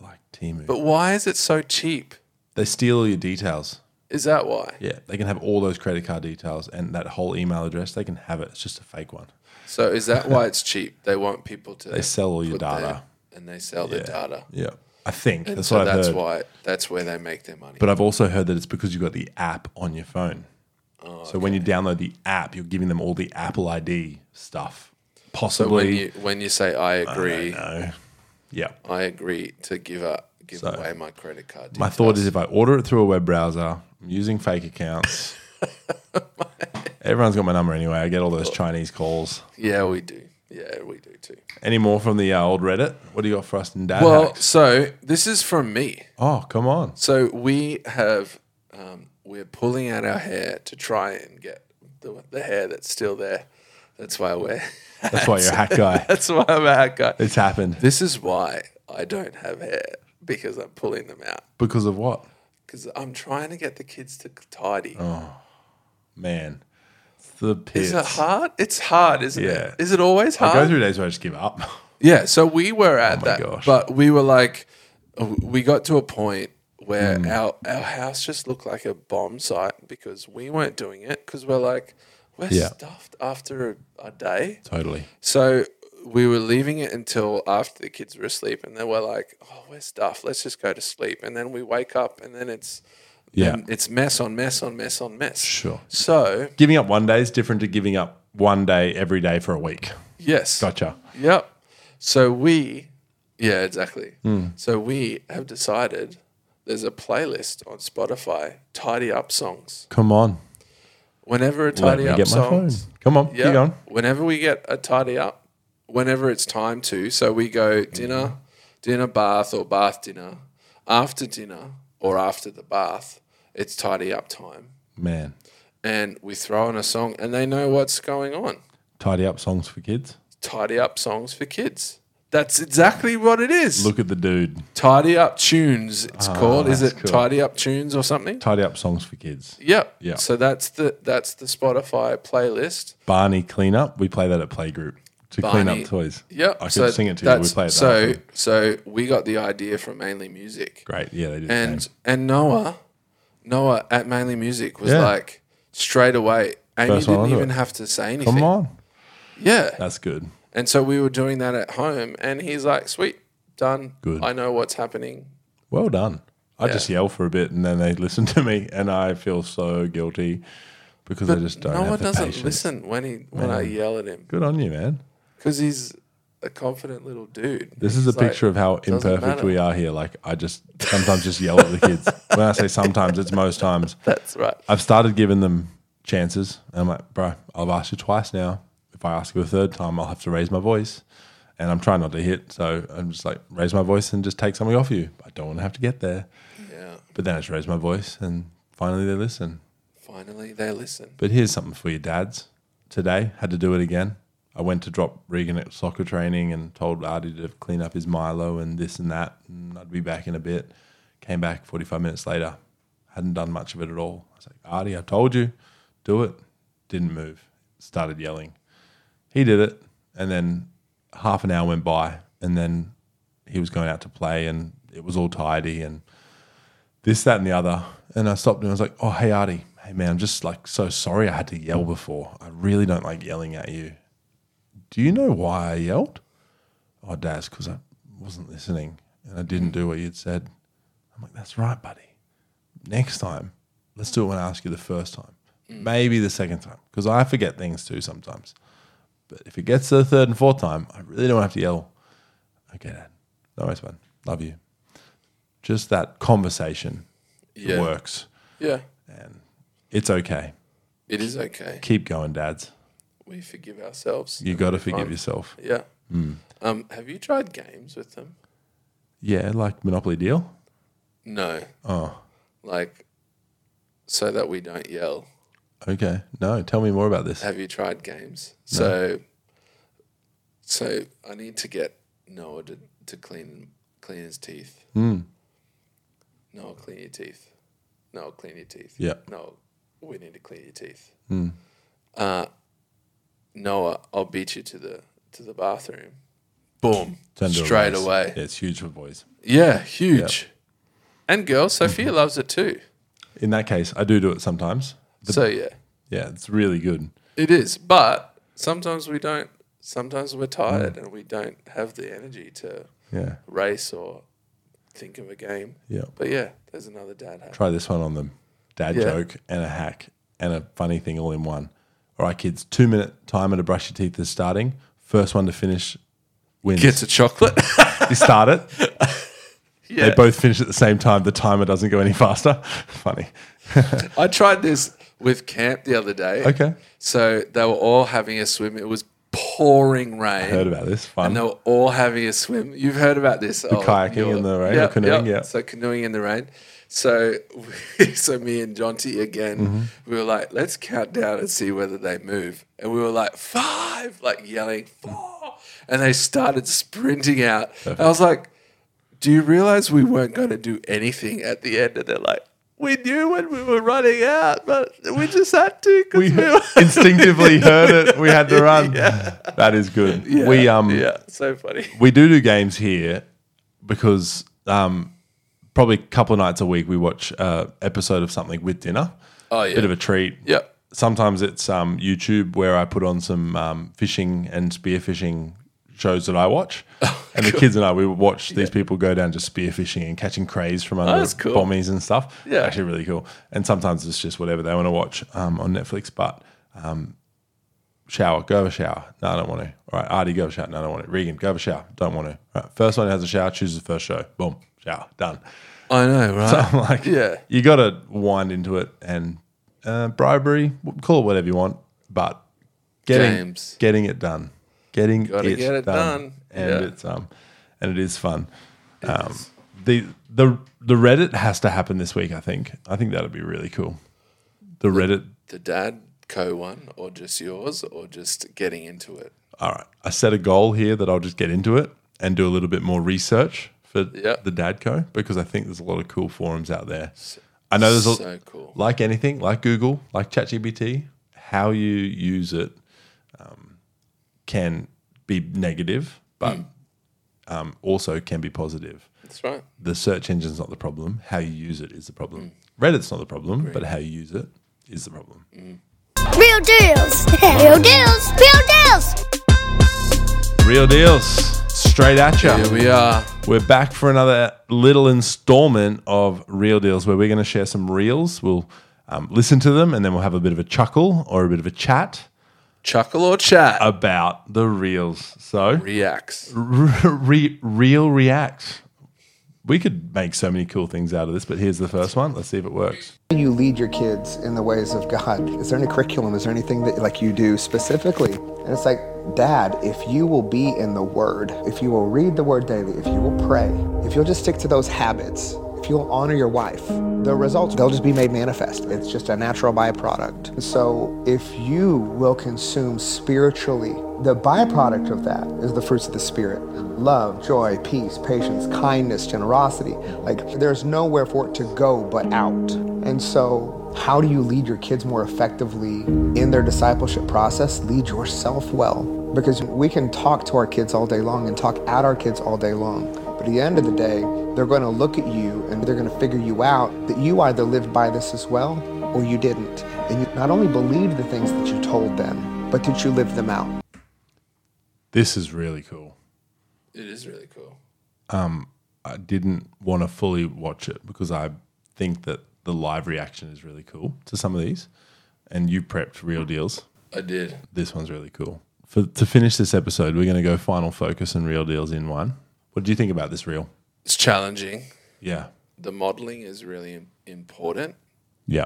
[SPEAKER 2] Like Timu,
[SPEAKER 1] But why is it so cheap?
[SPEAKER 2] they steal all your details.
[SPEAKER 1] Is that why?
[SPEAKER 2] Yeah, they can have all those credit card details and that whole email address. They can have it. It's just a fake one.
[SPEAKER 1] So is that why it's cheap? They want people to
[SPEAKER 2] *laughs* They sell all your
[SPEAKER 1] put their-
[SPEAKER 2] data.
[SPEAKER 1] and they sell their data.
[SPEAKER 2] Yeah, I think that's
[SPEAKER 1] so
[SPEAKER 2] what I've
[SPEAKER 1] that's
[SPEAKER 2] heard.
[SPEAKER 1] why that's where they make their money.
[SPEAKER 2] But I've also heard that it's because you've got the app on your
[SPEAKER 1] Oh,
[SPEAKER 2] phone. so when you download the app, you're giving them all the Apple ID stuff.
[SPEAKER 1] But when
[SPEAKER 2] possibly.
[SPEAKER 1] you when you say I agree, I,
[SPEAKER 2] no. Yeah.
[SPEAKER 1] agree to give up give away my credit card.
[SPEAKER 2] My thought is if I order it through a web browser, I'm using
[SPEAKER 1] *laughs*
[SPEAKER 2] fake accounts. Everyone's got my number anyway. I get all those Chinese calls.
[SPEAKER 1] yeah, we do. Yeah, we do too.
[SPEAKER 2] Any more from the uh, old Reddit? What do you got for us in dad
[SPEAKER 1] Well,
[SPEAKER 2] hacks?
[SPEAKER 1] so this is from me.
[SPEAKER 2] Oh, come on.
[SPEAKER 1] So we have um, we're pulling out our hair to try and get the, the hair that's still there. That's why we're. *laughs*
[SPEAKER 2] That's why you're a hack guy.
[SPEAKER 1] that's why I'm a hat guy.
[SPEAKER 2] It's happened.
[SPEAKER 1] This is why I don't have hair because I'm pulling them out
[SPEAKER 2] Because of what?
[SPEAKER 1] because I'm trying to get the kids to tidy.
[SPEAKER 2] Oh, Man. It's the
[SPEAKER 1] Is it
[SPEAKER 2] pits.
[SPEAKER 1] hard? It's hard, isn't
[SPEAKER 2] Yeah.
[SPEAKER 1] it? Is it always
[SPEAKER 2] I go
[SPEAKER 1] hard?
[SPEAKER 2] through days where I just give up. *laughs*
[SPEAKER 1] Yeah. So we were at that,
[SPEAKER 2] Oh gosh.
[SPEAKER 1] but we were like, uh, we got to a point where
[SPEAKER 2] Mm.
[SPEAKER 1] our our house just looked like a bomb site because we weren't doing it because we're like we're
[SPEAKER 2] Yeah.
[SPEAKER 1] stuffed after a, a day.
[SPEAKER 2] totally.
[SPEAKER 1] So we were leaving it until after the kids were asleep, and then we're like, "Oh, we're stuffed. Let's just go to sleep." And then we wake up, and then it's
[SPEAKER 2] Yeah.
[SPEAKER 1] then it's mess on mess on mess on mess.
[SPEAKER 2] Sure.
[SPEAKER 1] So
[SPEAKER 2] Giving up one day is different to giving up one day every day for a week.
[SPEAKER 1] yes,
[SPEAKER 2] Gotcha.
[SPEAKER 1] Yep. So we, yeah, exactly.
[SPEAKER 2] Hmm.
[SPEAKER 1] So we have decided there's a playlist on Spotify, tidy up songs.
[SPEAKER 2] Come on.
[SPEAKER 1] Whenever a
[SPEAKER 2] Let
[SPEAKER 1] tidy
[SPEAKER 2] me
[SPEAKER 1] up
[SPEAKER 2] get my phone.
[SPEAKER 1] songs,
[SPEAKER 2] Come on. Keep
[SPEAKER 1] yeah,
[SPEAKER 2] going.
[SPEAKER 1] whenever we get a tidy up, whenever it's time to, so we go dinner, dinner bath or bath dinner, after dinner or after the bath, it's tidy up time,
[SPEAKER 2] Man.
[SPEAKER 1] and we throw in a song, and they know what's going on.
[SPEAKER 2] Tidy up songs for kids.
[SPEAKER 1] Tidy up songs for kids. That's exactly what it is.
[SPEAKER 2] Look at the dude.
[SPEAKER 1] Tidy Up Tunes. It's called. Is
[SPEAKER 2] Ah, that's
[SPEAKER 1] it
[SPEAKER 2] cool.
[SPEAKER 1] Tidy Up Tunes or something?
[SPEAKER 2] Tidy up songs for kids.
[SPEAKER 1] Yep.
[SPEAKER 2] Yeah.
[SPEAKER 1] So that's the that's the Spotify playlist.
[SPEAKER 2] Barney cleanup. We play that at playgroup to clean
[SPEAKER 1] Barney.
[SPEAKER 2] up toys.
[SPEAKER 1] Yep.
[SPEAKER 2] I could
[SPEAKER 1] so
[SPEAKER 2] sing it to you. We
[SPEAKER 1] that's-
[SPEAKER 2] play it.
[SPEAKER 1] So
[SPEAKER 2] So
[SPEAKER 1] so we got the idea from mainly music,
[SPEAKER 2] great. Yeah, they do.
[SPEAKER 1] and
[SPEAKER 2] the same.
[SPEAKER 1] and Noah, Noah at mainly music was
[SPEAKER 2] Yeah.
[SPEAKER 1] like straight away. Amy
[SPEAKER 2] First one
[SPEAKER 1] didn't
[SPEAKER 2] onto
[SPEAKER 1] even
[SPEAKER 2] it.
[SPEAKER 1] have to say anything.
[SPEAKER 2] Come on.
[SPEAKER 1] Yeah.
[SPEAKER 2] That's good.
[SPEAKER 1] And so we were doing that at home, and he's like, "Sweet, done.
[SPEAKER 2] Good.
[SPEAKER 1] I know what's happening."
[SPEAKER 2] Well done. I just yell for a bit and then they *laughs* listen to me and I feel so guilty because I just don't
[SPEAKER 1] Noah
[SPEAKER 2] have the
[SPEAKER 1] doesn't
[SPEAKER 2] patience.
[SPEAKER 1] listen when he when I yell at him.
[SPEAKER 2] Good on you, man.
[SPEAKER 1] because he's a confident little dude.
[SPEAKER 2] This is a
[SPEAKER 1] He's like-
[SPEAKER 2] picture of how imperfect
[SPEAKER 1] matter.
[SPEAKER 2] we are here. Like I just sometimes just yell at the kids. *laughs* When I say sometimes, it's most times.
[SPEAKER 1] That's right.
[SPEAKER 2] I've started giving them chances. And I'm like, bro, I've asked you twice now. If I ask you a third time, I'll have to raise my voice. And I'm trying not to hit. So I'm just like, raise my voice and just take something off you. I don't want to have to get there.
[SPEAKER 1] Yeah.
[SPEAKER 2] But then I just raise my voice and finally they listen.
[SPEAKER 1] Finally, they listen.
[SPEAKER 2] But here's something for your dads. Today, had to do it again. I went to drop Regan at soccer training and told Artie to clean up his Milo and this and that. And I'd be back in a bit. Came back 45 minutes later. Hadn't done much of it at all. I was like, Artie, I told you, do it. Didn't move. Started yelling. He did it. And then half an hour went by. And then he was going out to play and it was all tidy. And this, that, and the other. And I stopped and I was like, oh, hey, Artie, hey, man, I'm just like so sorry I had to yell before. I really don't like yelling at you. Do you know why I yelled? Oh, Daz, because I wasn't listening and I didn't do what you'd said. I'm like, that's right, buddy. Next time, let's do it when I ask you the first time, maybe the second time, because I forget things too sometimes. But if it gets to the third and fourth time, I really don't have to yell. Okay, Dad. No worries, man. Love you. Just that conversation it
[SPEAKER 1] Yeah.
[SPEAKER 2] works
[SPEAKER 1] Yeah.
[SPEAKER 2] and it's okay.
[SPEAKER 1] It is okay.
[SPEAKER 2] Keep going, dads.
[SPEAKER 1] We forgive ourselves.
[SPEAKER 2] You got to forgive yourself. Hmm.
[SPEAKER 1] Yeah. Um, have you tried games with them?
[SPEAKER 2] Yeah, like Monopoly deal.
[SPEAKER 1] No.
[SPEAKER 2] Oh,
[SPEAKER 1] Like, so that we don't yell.
[SPEAKER 2] okay. No, tell me more about this.
[SPEAKER 1] Have you tried games? So, so I need to get Noah to, to clean clean his teeth. Noah, clean your teeth. Noah, clean your teeth.
[SPEAKER 2] Yeah.
[SPEAKER 1] Noah, we need to clean your teeth. Uh, Noah, I'll beat you to the to the bathroom. Boom!
[SPEAKER 2] Turn to a
[SPEAKER 1] Straight
[SPEAKER 2] voice.
[SPEAKER 1] away.
[SPEAKER 2] Yeah, it's huge for boys.
[SPEAKER 1] Yeah, huge. Mm-hmm. And girls, Sophia loves it too.
[SPEAKER 2] In that case, I do do it sometimes.
[SPEAKER 1] so yeah,
[SPEAKER 2] Yeah, it's really good.
[SPEAKER 1] it is. But sometimes we don't. Sometimes we're tired and we don't have the energy to
[SPEAKER 2] Yeah,
[SPEAKER 1] race or think of a game.
[SPEAKER 2] yeah.
[SPEAKER 1] But yeah, there's another dad hack.
[SPEAKER 2] Try this one on them. Dad
[SPEAKER 1] Yeah.
[SPEAKER 2] joke and a hack and a funny thing all in one. All right, kids, two minute timer to brush your teeth is starting. First one to finish wins.
[SPEAKER 1] Gets a chocolate.
[SPEAKER 2] *laughs*
[SPEAKER 1] *laughs*
[SPEAKER 2] you start it.
[SPEAKER 1] yeah.
[SPEAKER 2] They both finish at the same time. The timer doesn't go any faster. *laughs* Funny.
[SPEAKER 1] I tried this with camp the other day.
[SPEAKER 2] Okay.
[SPEAKER 1] So they were all having a swim. It was pouring rain.
[SPEAKER 2] Heard about this. Fun. *laughs*
[SPEAKER 1] And they were all having a swim. You've heard about this. Oh, The
[SPEAKER 2] kayaking in the rain or canoeing, yeah.
[SPEAKER 1] So canoeing in the rain. So, *laughs* we, so me and Jonty again,
[SPEAKER 2] Mm-hmm.
[SPEAKER 1] we were like, let's count down and see whether they move. And we were like, five, like yelling, four. And they started sprinting out. I was like, do you realize we weren't going to do anything at the end? And they're like, we knew when we were running out, but we just had to. 'cause
[SPEAKER 2] we *laughs*
[SPEAKER 1] we were-
[SPEAKER 2] instinctively heard it.
[SPEAKER 1] *laughs*
[SPEAKER 2] We had to run. That is good. we um
[SPEAKER 1] yeah, so funny.
[SPEAKER 2] we do do games here because um probably a couple of nights a week we watch uh episode of something with dinner.
[SPEAKER 1] Oh, yeah.
[SPEAKER 2] Bit of a treat.
[SPEAKER 1] Yep.
[SPEAKER 2] Sometimes it's um YouTube where I put on some um, fishing and spearfishing shows that
[SPEAKER 1] *laughs*
[SPEAKER 2] I watch.
[SPEAKER 1] Oh,
[SPEAKER 2] and the kids and I we would watch these people go down to spearfishing and catching crays from under
[SPEAKER 1] Oh, that's cool.
[SPEAKER 2] bommies and stuff.
[SPEAKER 1] Yeah.
[SPEAKER 2] Actually really cool. And sometimes it's just whatever they want to watch um, on Netflix, but um, shower, go have a shower. No, I don't want to. All right, Artie, go have a shower. No, I don't want to. Regan, go have a shower. Don't want to. All right, first one who has a shower, chooses the first show. Boom, shower, done.
[SPEAKER 1] I know, right?
[SPEAKER 2] *laughs* So I'm like,
[SPEAKER 1] Yeah.
[SPEAKER 2] you got to wind into it and uh, bribery, w- call it whatever you want, but getting
[SPEAKER 1] Games.
[SPEAKER 2] getting it done, getting
[SPEAKER 1] Gotta
[SPEAKER 2] it,
[SPEAKER 1] get it done.
[SPEAKER 2] and
[SPEAKER 1] Yeah.
[SPEAKER 2] it's um, and it is fun. um, the the the Reddit has to happen this week. I think. I think that'd be really cool. The Reddit
[SPEAKER 1] the dad co one or just yours or just getting into it
[SPEAKER 2] all right, I set a goal here that I'll just get into it and do a little bit more research for
[SPEAKER 1] Yeah.
[SPEAKER 2] the Dadco because I think there's a lot of cool forums out there. I know Oh, there's a,
[SPEAKER 1] so cool
[SPEAKER 2] like anything, like Google, like ChatGPT, how you use it um, can be negative, but um, also can be positive.
[SPEAKER 1] that's right
[SPEAKER 2] The search engine's not the problem. How you use it is the problem. Reddit's not the problem, but how you use it is the problem.
[SPEAKER 3] Real deals. Real deals. Real deals.
[SPEAKER 2] Real deals, straight at you.
[SPEAKER 1] here we are
[SPEAKER 2] We're back for another little installment of Real Deals where we're going to share some reels. We'll um, listen to them and then we'll have a bit of a chuckle or a bit of a chat
[SPEAKER 1] chuckle or chat
[SPEAKER 2] about the reels. So,
[SPEAKER 1] reacts
[SPEAKER 2] re- Reel Reacts. We could make so many cool things out of this, but here's the first one. Let's see if it works.
[SPEAKER 4] How do you lead your kids in the ways of God? Is there any curriculum? Is there anything that like you do specifically? And it's like, Dad, if you will be in the Word, if you will read the Word daily, if you will pray, if you'll just stick to those habits, if you'll honor your wife, the results they'll just be made manifest. It's just a natural byproduct. So if you will consume spiritually, the byproduct of that is the fruits of the Spirit: love, joy, peace, patience, kindness, generosity. Like there's nowhere for it to go but out. And so, how do you lead your kids more effectively in their discipleship process? Lead yourself well. Because we can talk to our kids all day long and talk at our kids all day long. But at the end of the day, they're going to look at you and they're going to figure you out that you either lived by this as well or you didn't. And you not only believed the things that you told them, but that you lived them out.
[SPEAKER 2] This is really cool.
[SPEAKER 1] it is really cool
[SPEAKER 2] I didn't want to fully watch it because I think that the live reaction is really cool to some of these. And you prepped Real Deals.
[SPEAKER 1] i did
[SPEAKER 2] This one's really cool. For to finish this episode, we're going to go final focus and real deals in one. What do you think about this reel?
[SPEAKER 1] it's challenging
[SPEAKER 2] Yeah,
[SPEAKER 1] the modeling is really im- important
[SPEAKER 2] yeah,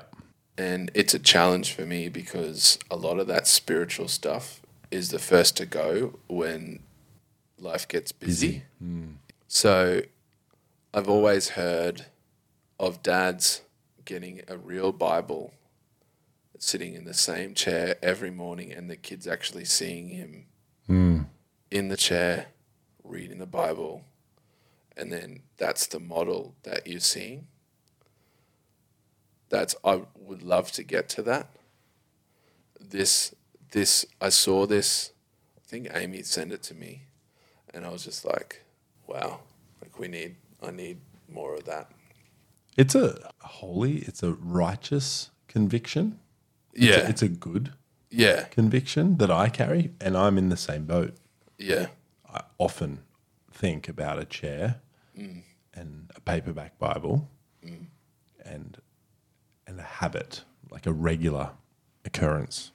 [SPEAKER 1] and it's a challenge for me because a lot of that spiritual stuff is the first to go when life gets busy. So I've always heard of dads getting a real Bible sitting in the same chair every morning and the kids actually seeing him in the chair reading the Bible. And then that's the model that you're seeing that's I would love to get to that. This this I saw this I think Amy sent it to me and I was just like, wow, like we need I need more of that.
[SPEAKER 2] it's a holy, it's a righteous conviction.
[SPEAKER 1] Yeah.
[SPEAKER 2] It's a good
[SPEAKER 1] yeah.
[SPEAKER 2] conviction that I carry, and I'm in the same boat.
[SPEAKER 1] Yeah.
[SPEAKER 2] I often think about a chair and a paperback Bible and and a habit, like a regular occurrence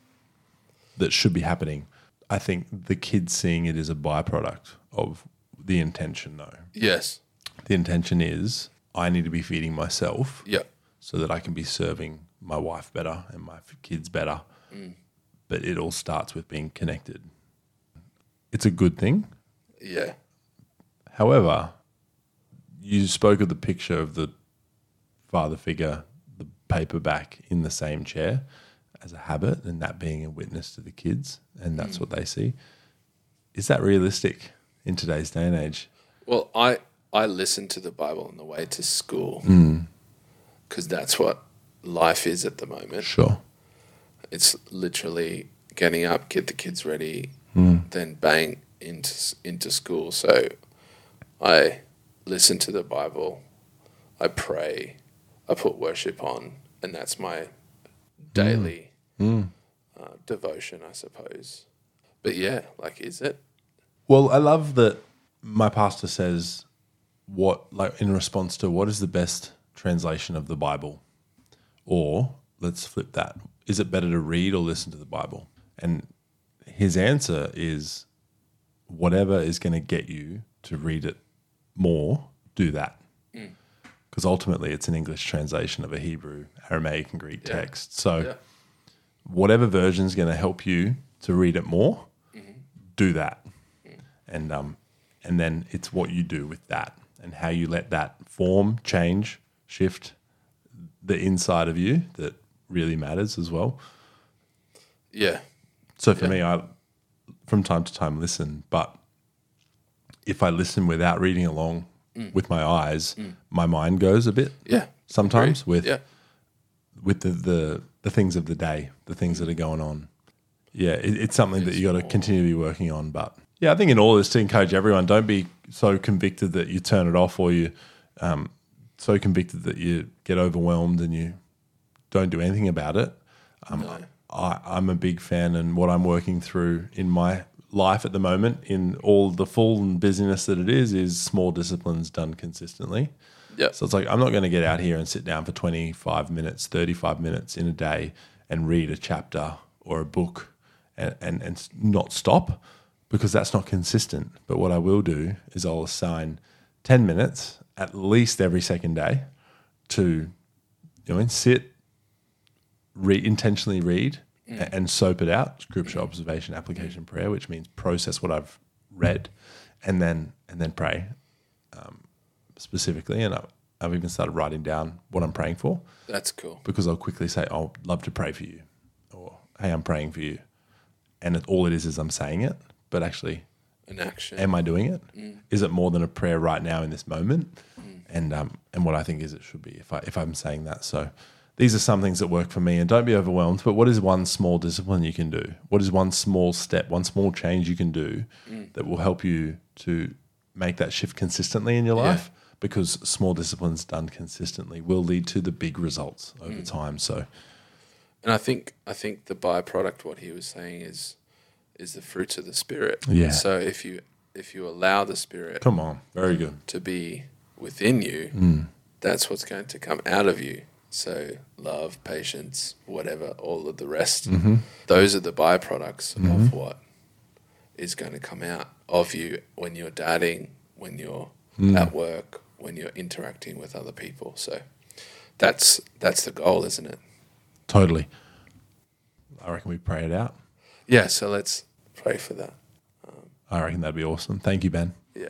[SPEAKER 2] that should be happening. I think the kids seeing it is a byproduct of the intention, though.
[SPEAKER 1] Yes.
[SPEAKER 2] The intention is I need to be feeding myself
[SPEAKER 1] Yeah.
[SPEAKER 2] so that I can be serving my wife better and my f- kids better. But it all starts with being connected. It's a good thing.
[SPEAKER 1] Yeah.
[SPEAKER 2] However, you spoke of the picture of the father figure, the paperback in the same chair as a habit, and that being a witness to the kids, and that's what they see. Is that realistic in today's day and age?
[SPEAKER 1] Well, I I listened to the Bible on the way to school because that's what life is at the moment.
[SPEAKER 2] Sure.
[SPEAKER 1] It's literally getting up, get the kids ready, then bang into s- into school. So I listen to the Bible, I pray, I put worship on, and that's my daily Uh, devotion, I suppose. But yeah, like, is it?
[SPEAKER 2] Well, I love that my pastor says what like in response to what is the best translation of the Bible? Or let's flip that. Is it better to read or listen to the Bible? And his answer is whatever is going to get you to read it more, do that. Because ultimately, it's an English translation of a Hebrew, Aramaic, and Greek text. So, whatever version is going to help you to read it more, do that and um, and then it's what you do with that and how you let that form change, shift the inside of you that really matters as well.
[SPEAKER 1] Yeah.
[SPEAKER 2] So for me, I from time to time listen, but if I listen without reading along with my eyes, my mind goes a bit.
[SPEAKER 1] Mm. Yeah.
[SPEAKER 2] Sometimes with
[SPEAKER 1] Yeah.
[SPEAKER 2] with the, the the things of the day, the things that are going on. Yeah, it, it's something that you got to continue to be working on. But yeah, I think in all this to encourage everyone, don't be so convicted that you turn it off or you um, so convicted that you get overwhelmed and you don't do anything about it. Um, I, I'm a big fan, and what I'm working through in my life at the moment, in all the full and busyness that it is, is small disciplines done consistently.
[SPEAKER 1] Yeah.
[SPEAKER 2] So it's like, I'm not going to get out here and sit down for 25 minutes, 35 minutes in a day and read a chapter or a book and, and, and not stop because that's not consistent. But what I will do is I'll assign 10 minutes at least every second day to, you know, sit, re- intentionally read a- and soap it out scripture observation application prayer which means process what i've read and then and then pray um, specifically and I, i've even started writing down what i'm praying for
[SPEAKER 1] That's cool.
[SPEAKER 2] because i'll quickly say i'll love to pray for you or hey i'm praying for you and it, all it is is i'm saying it but actually
[SPEAKER 1] An action.
[SPEAKER 2] am I doing it? Is it more than a prayer right now in this moment? And um, and what I think is it should be if I if I'm saying that. So these are some things that work for me, and don't be overwhelmed. But what is one small discipline you can do? What is one small step, one small change you can do that will help you to make that shift consistently in your life? Because small disciplines done consistently will lead to the big results over time. So
[SPEAKER 1] And I think I think the byproduct, what he was saying, is is the fruits of the spirit.
[SPEAKER 2] Yeah.
[SPEAKER 1] So if you if you allow the spirit
[SPEAKER 2] come on, very good.
[SPEAKER 1] to be within you, that's what's going to come out of you. So love, patience, whatever, all of the rest. Those are the byproducts of what is going to come out of you when you're dating, when you're at work, when you're interacting with other people. So that's that's the goal, isn't it?
[SPEAKER 2] Totally. I reckon we pray it out.
[SPEAKER 1] Yeah, so let's pray for that.
[SPEAKER 2] I reckon that'd be awesome. Thank you, Ben.
[SPEAKER 1] Yeah.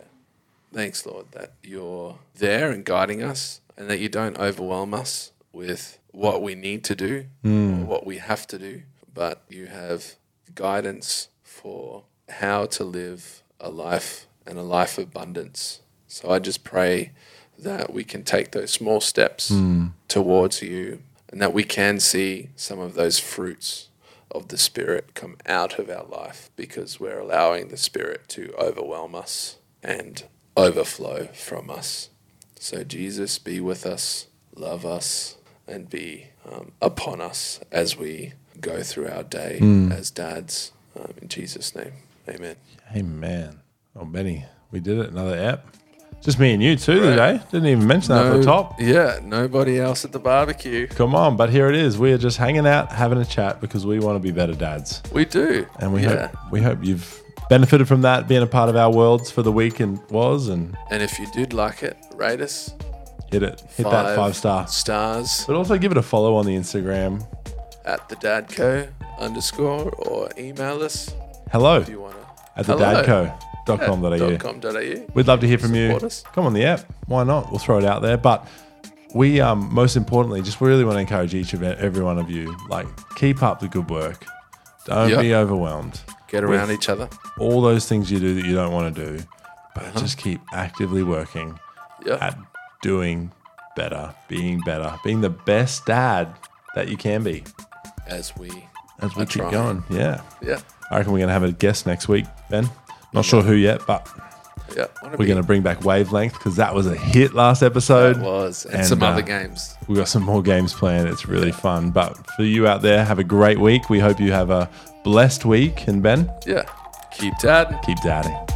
[SPEAKER 1] Thanks, Lord, that you're there and guiding us and that you don't overwhelm us with what we need to do or what we have to do, but you have guidance for how to live a life and a life of abundance. So I just pray that we can take those small steps towards you and that we can see some of those fruits of the Spirit come out of our life because we're allowing the Spirit to overwhelm us and overflow from us. So, Jesus, be with us, love us, and be um, upon us as we go through our day
[SPEAKER 2] Hmm.
[SPEAKER 1] as dads. Um, in Jesus' name, amen.
[SPEAKER 2] Hey man. Oh Benny, we did it. Another app. Just me and you too today. Didn't even mention that at the top.
[SPEAKER 1] Yeah, nobody else at the barbecue.
[SPEAKER 2] Come on, but here it is. We are just hanging out, having a chat because we want to be better dads.
[SPEAKER 1] We do.
[SPEAKER 2] And we
[SPEAKER 1] yeah.
[SPEAKER 2] hope we hope you've benefited from that, being a part of our worlds for the week and was and
[SPEAKER 1] And if you did like it, rate us.
[SPEAKER 2] hit it. Hit that five star.
[SPEAKER 1] Stars
[SPEAKER 2] But also give it a follow on the Instagram.
[SPEAKER 1] at the dadco underscore or email us
[SPEAKER 2] Hello
[SPEAKER 1] if you want to.
[SPEAKER 2] at the
[SPEAKER 1] Dot
[SPEAKER 2] dadco.com.au.
[SPEAKER 1] com dot au.
[SPEAKER 2] We'd love to hear from you.
[SPEAKER 1] Support us.
[SPEAKER 2] Come on the app. Why not? We'll throw it out there. But we, um, most importantly, just really want to encourage each of e, every one of you, like, keep up the good work. Don't
[SPEAKER 1] Yep.
[SPEAKER 2] be overwhelmed.
[SPEAKER 1] Get around each other.
[SPEAKER 2] All those things you do that you don't want to do, but
[SPEAKER 1] Uh-huh.
[SPEAKER 2] just keep actively working
[SPEAKER 1] Yeah.
[SPEAKER 2] at doing better, being better, being the best dad that you can be
[SPEAKER 1] As we
[SPEAKER 2] as
[SPEAKER 1] are
[SPEAKER 2] we keep
[SPEAKER 1] trying.
[SPEAKER 2] going. Yeah.
[SPEAKER 1] Yeah.
[SPEAKER 2] I reckon we're going to have a guest next week, Ben. Not sure who yet, but
[SPEAKER 1] Yeah. Wanna
[SPEAKER 2] we're
[SPEAKER 1] be-
[SPEAKER 2] going to bring back Wavelength because that was a hit last episode.
[SPEAKER 1] It was. And,
[SPEAKER 2] And,
[SPEAKER 1] some
[SPEAKER 2] uh,
[SPEAKER 1] other games.
[SPEAKER 2] We've got some more games planned. It's really fun. But for you out there, have a great week. We hope you have a blessed week. And Ben,
[SPEAKER 1] Yeah. Keep dadding.
[SPEAKER 2] keep dadding.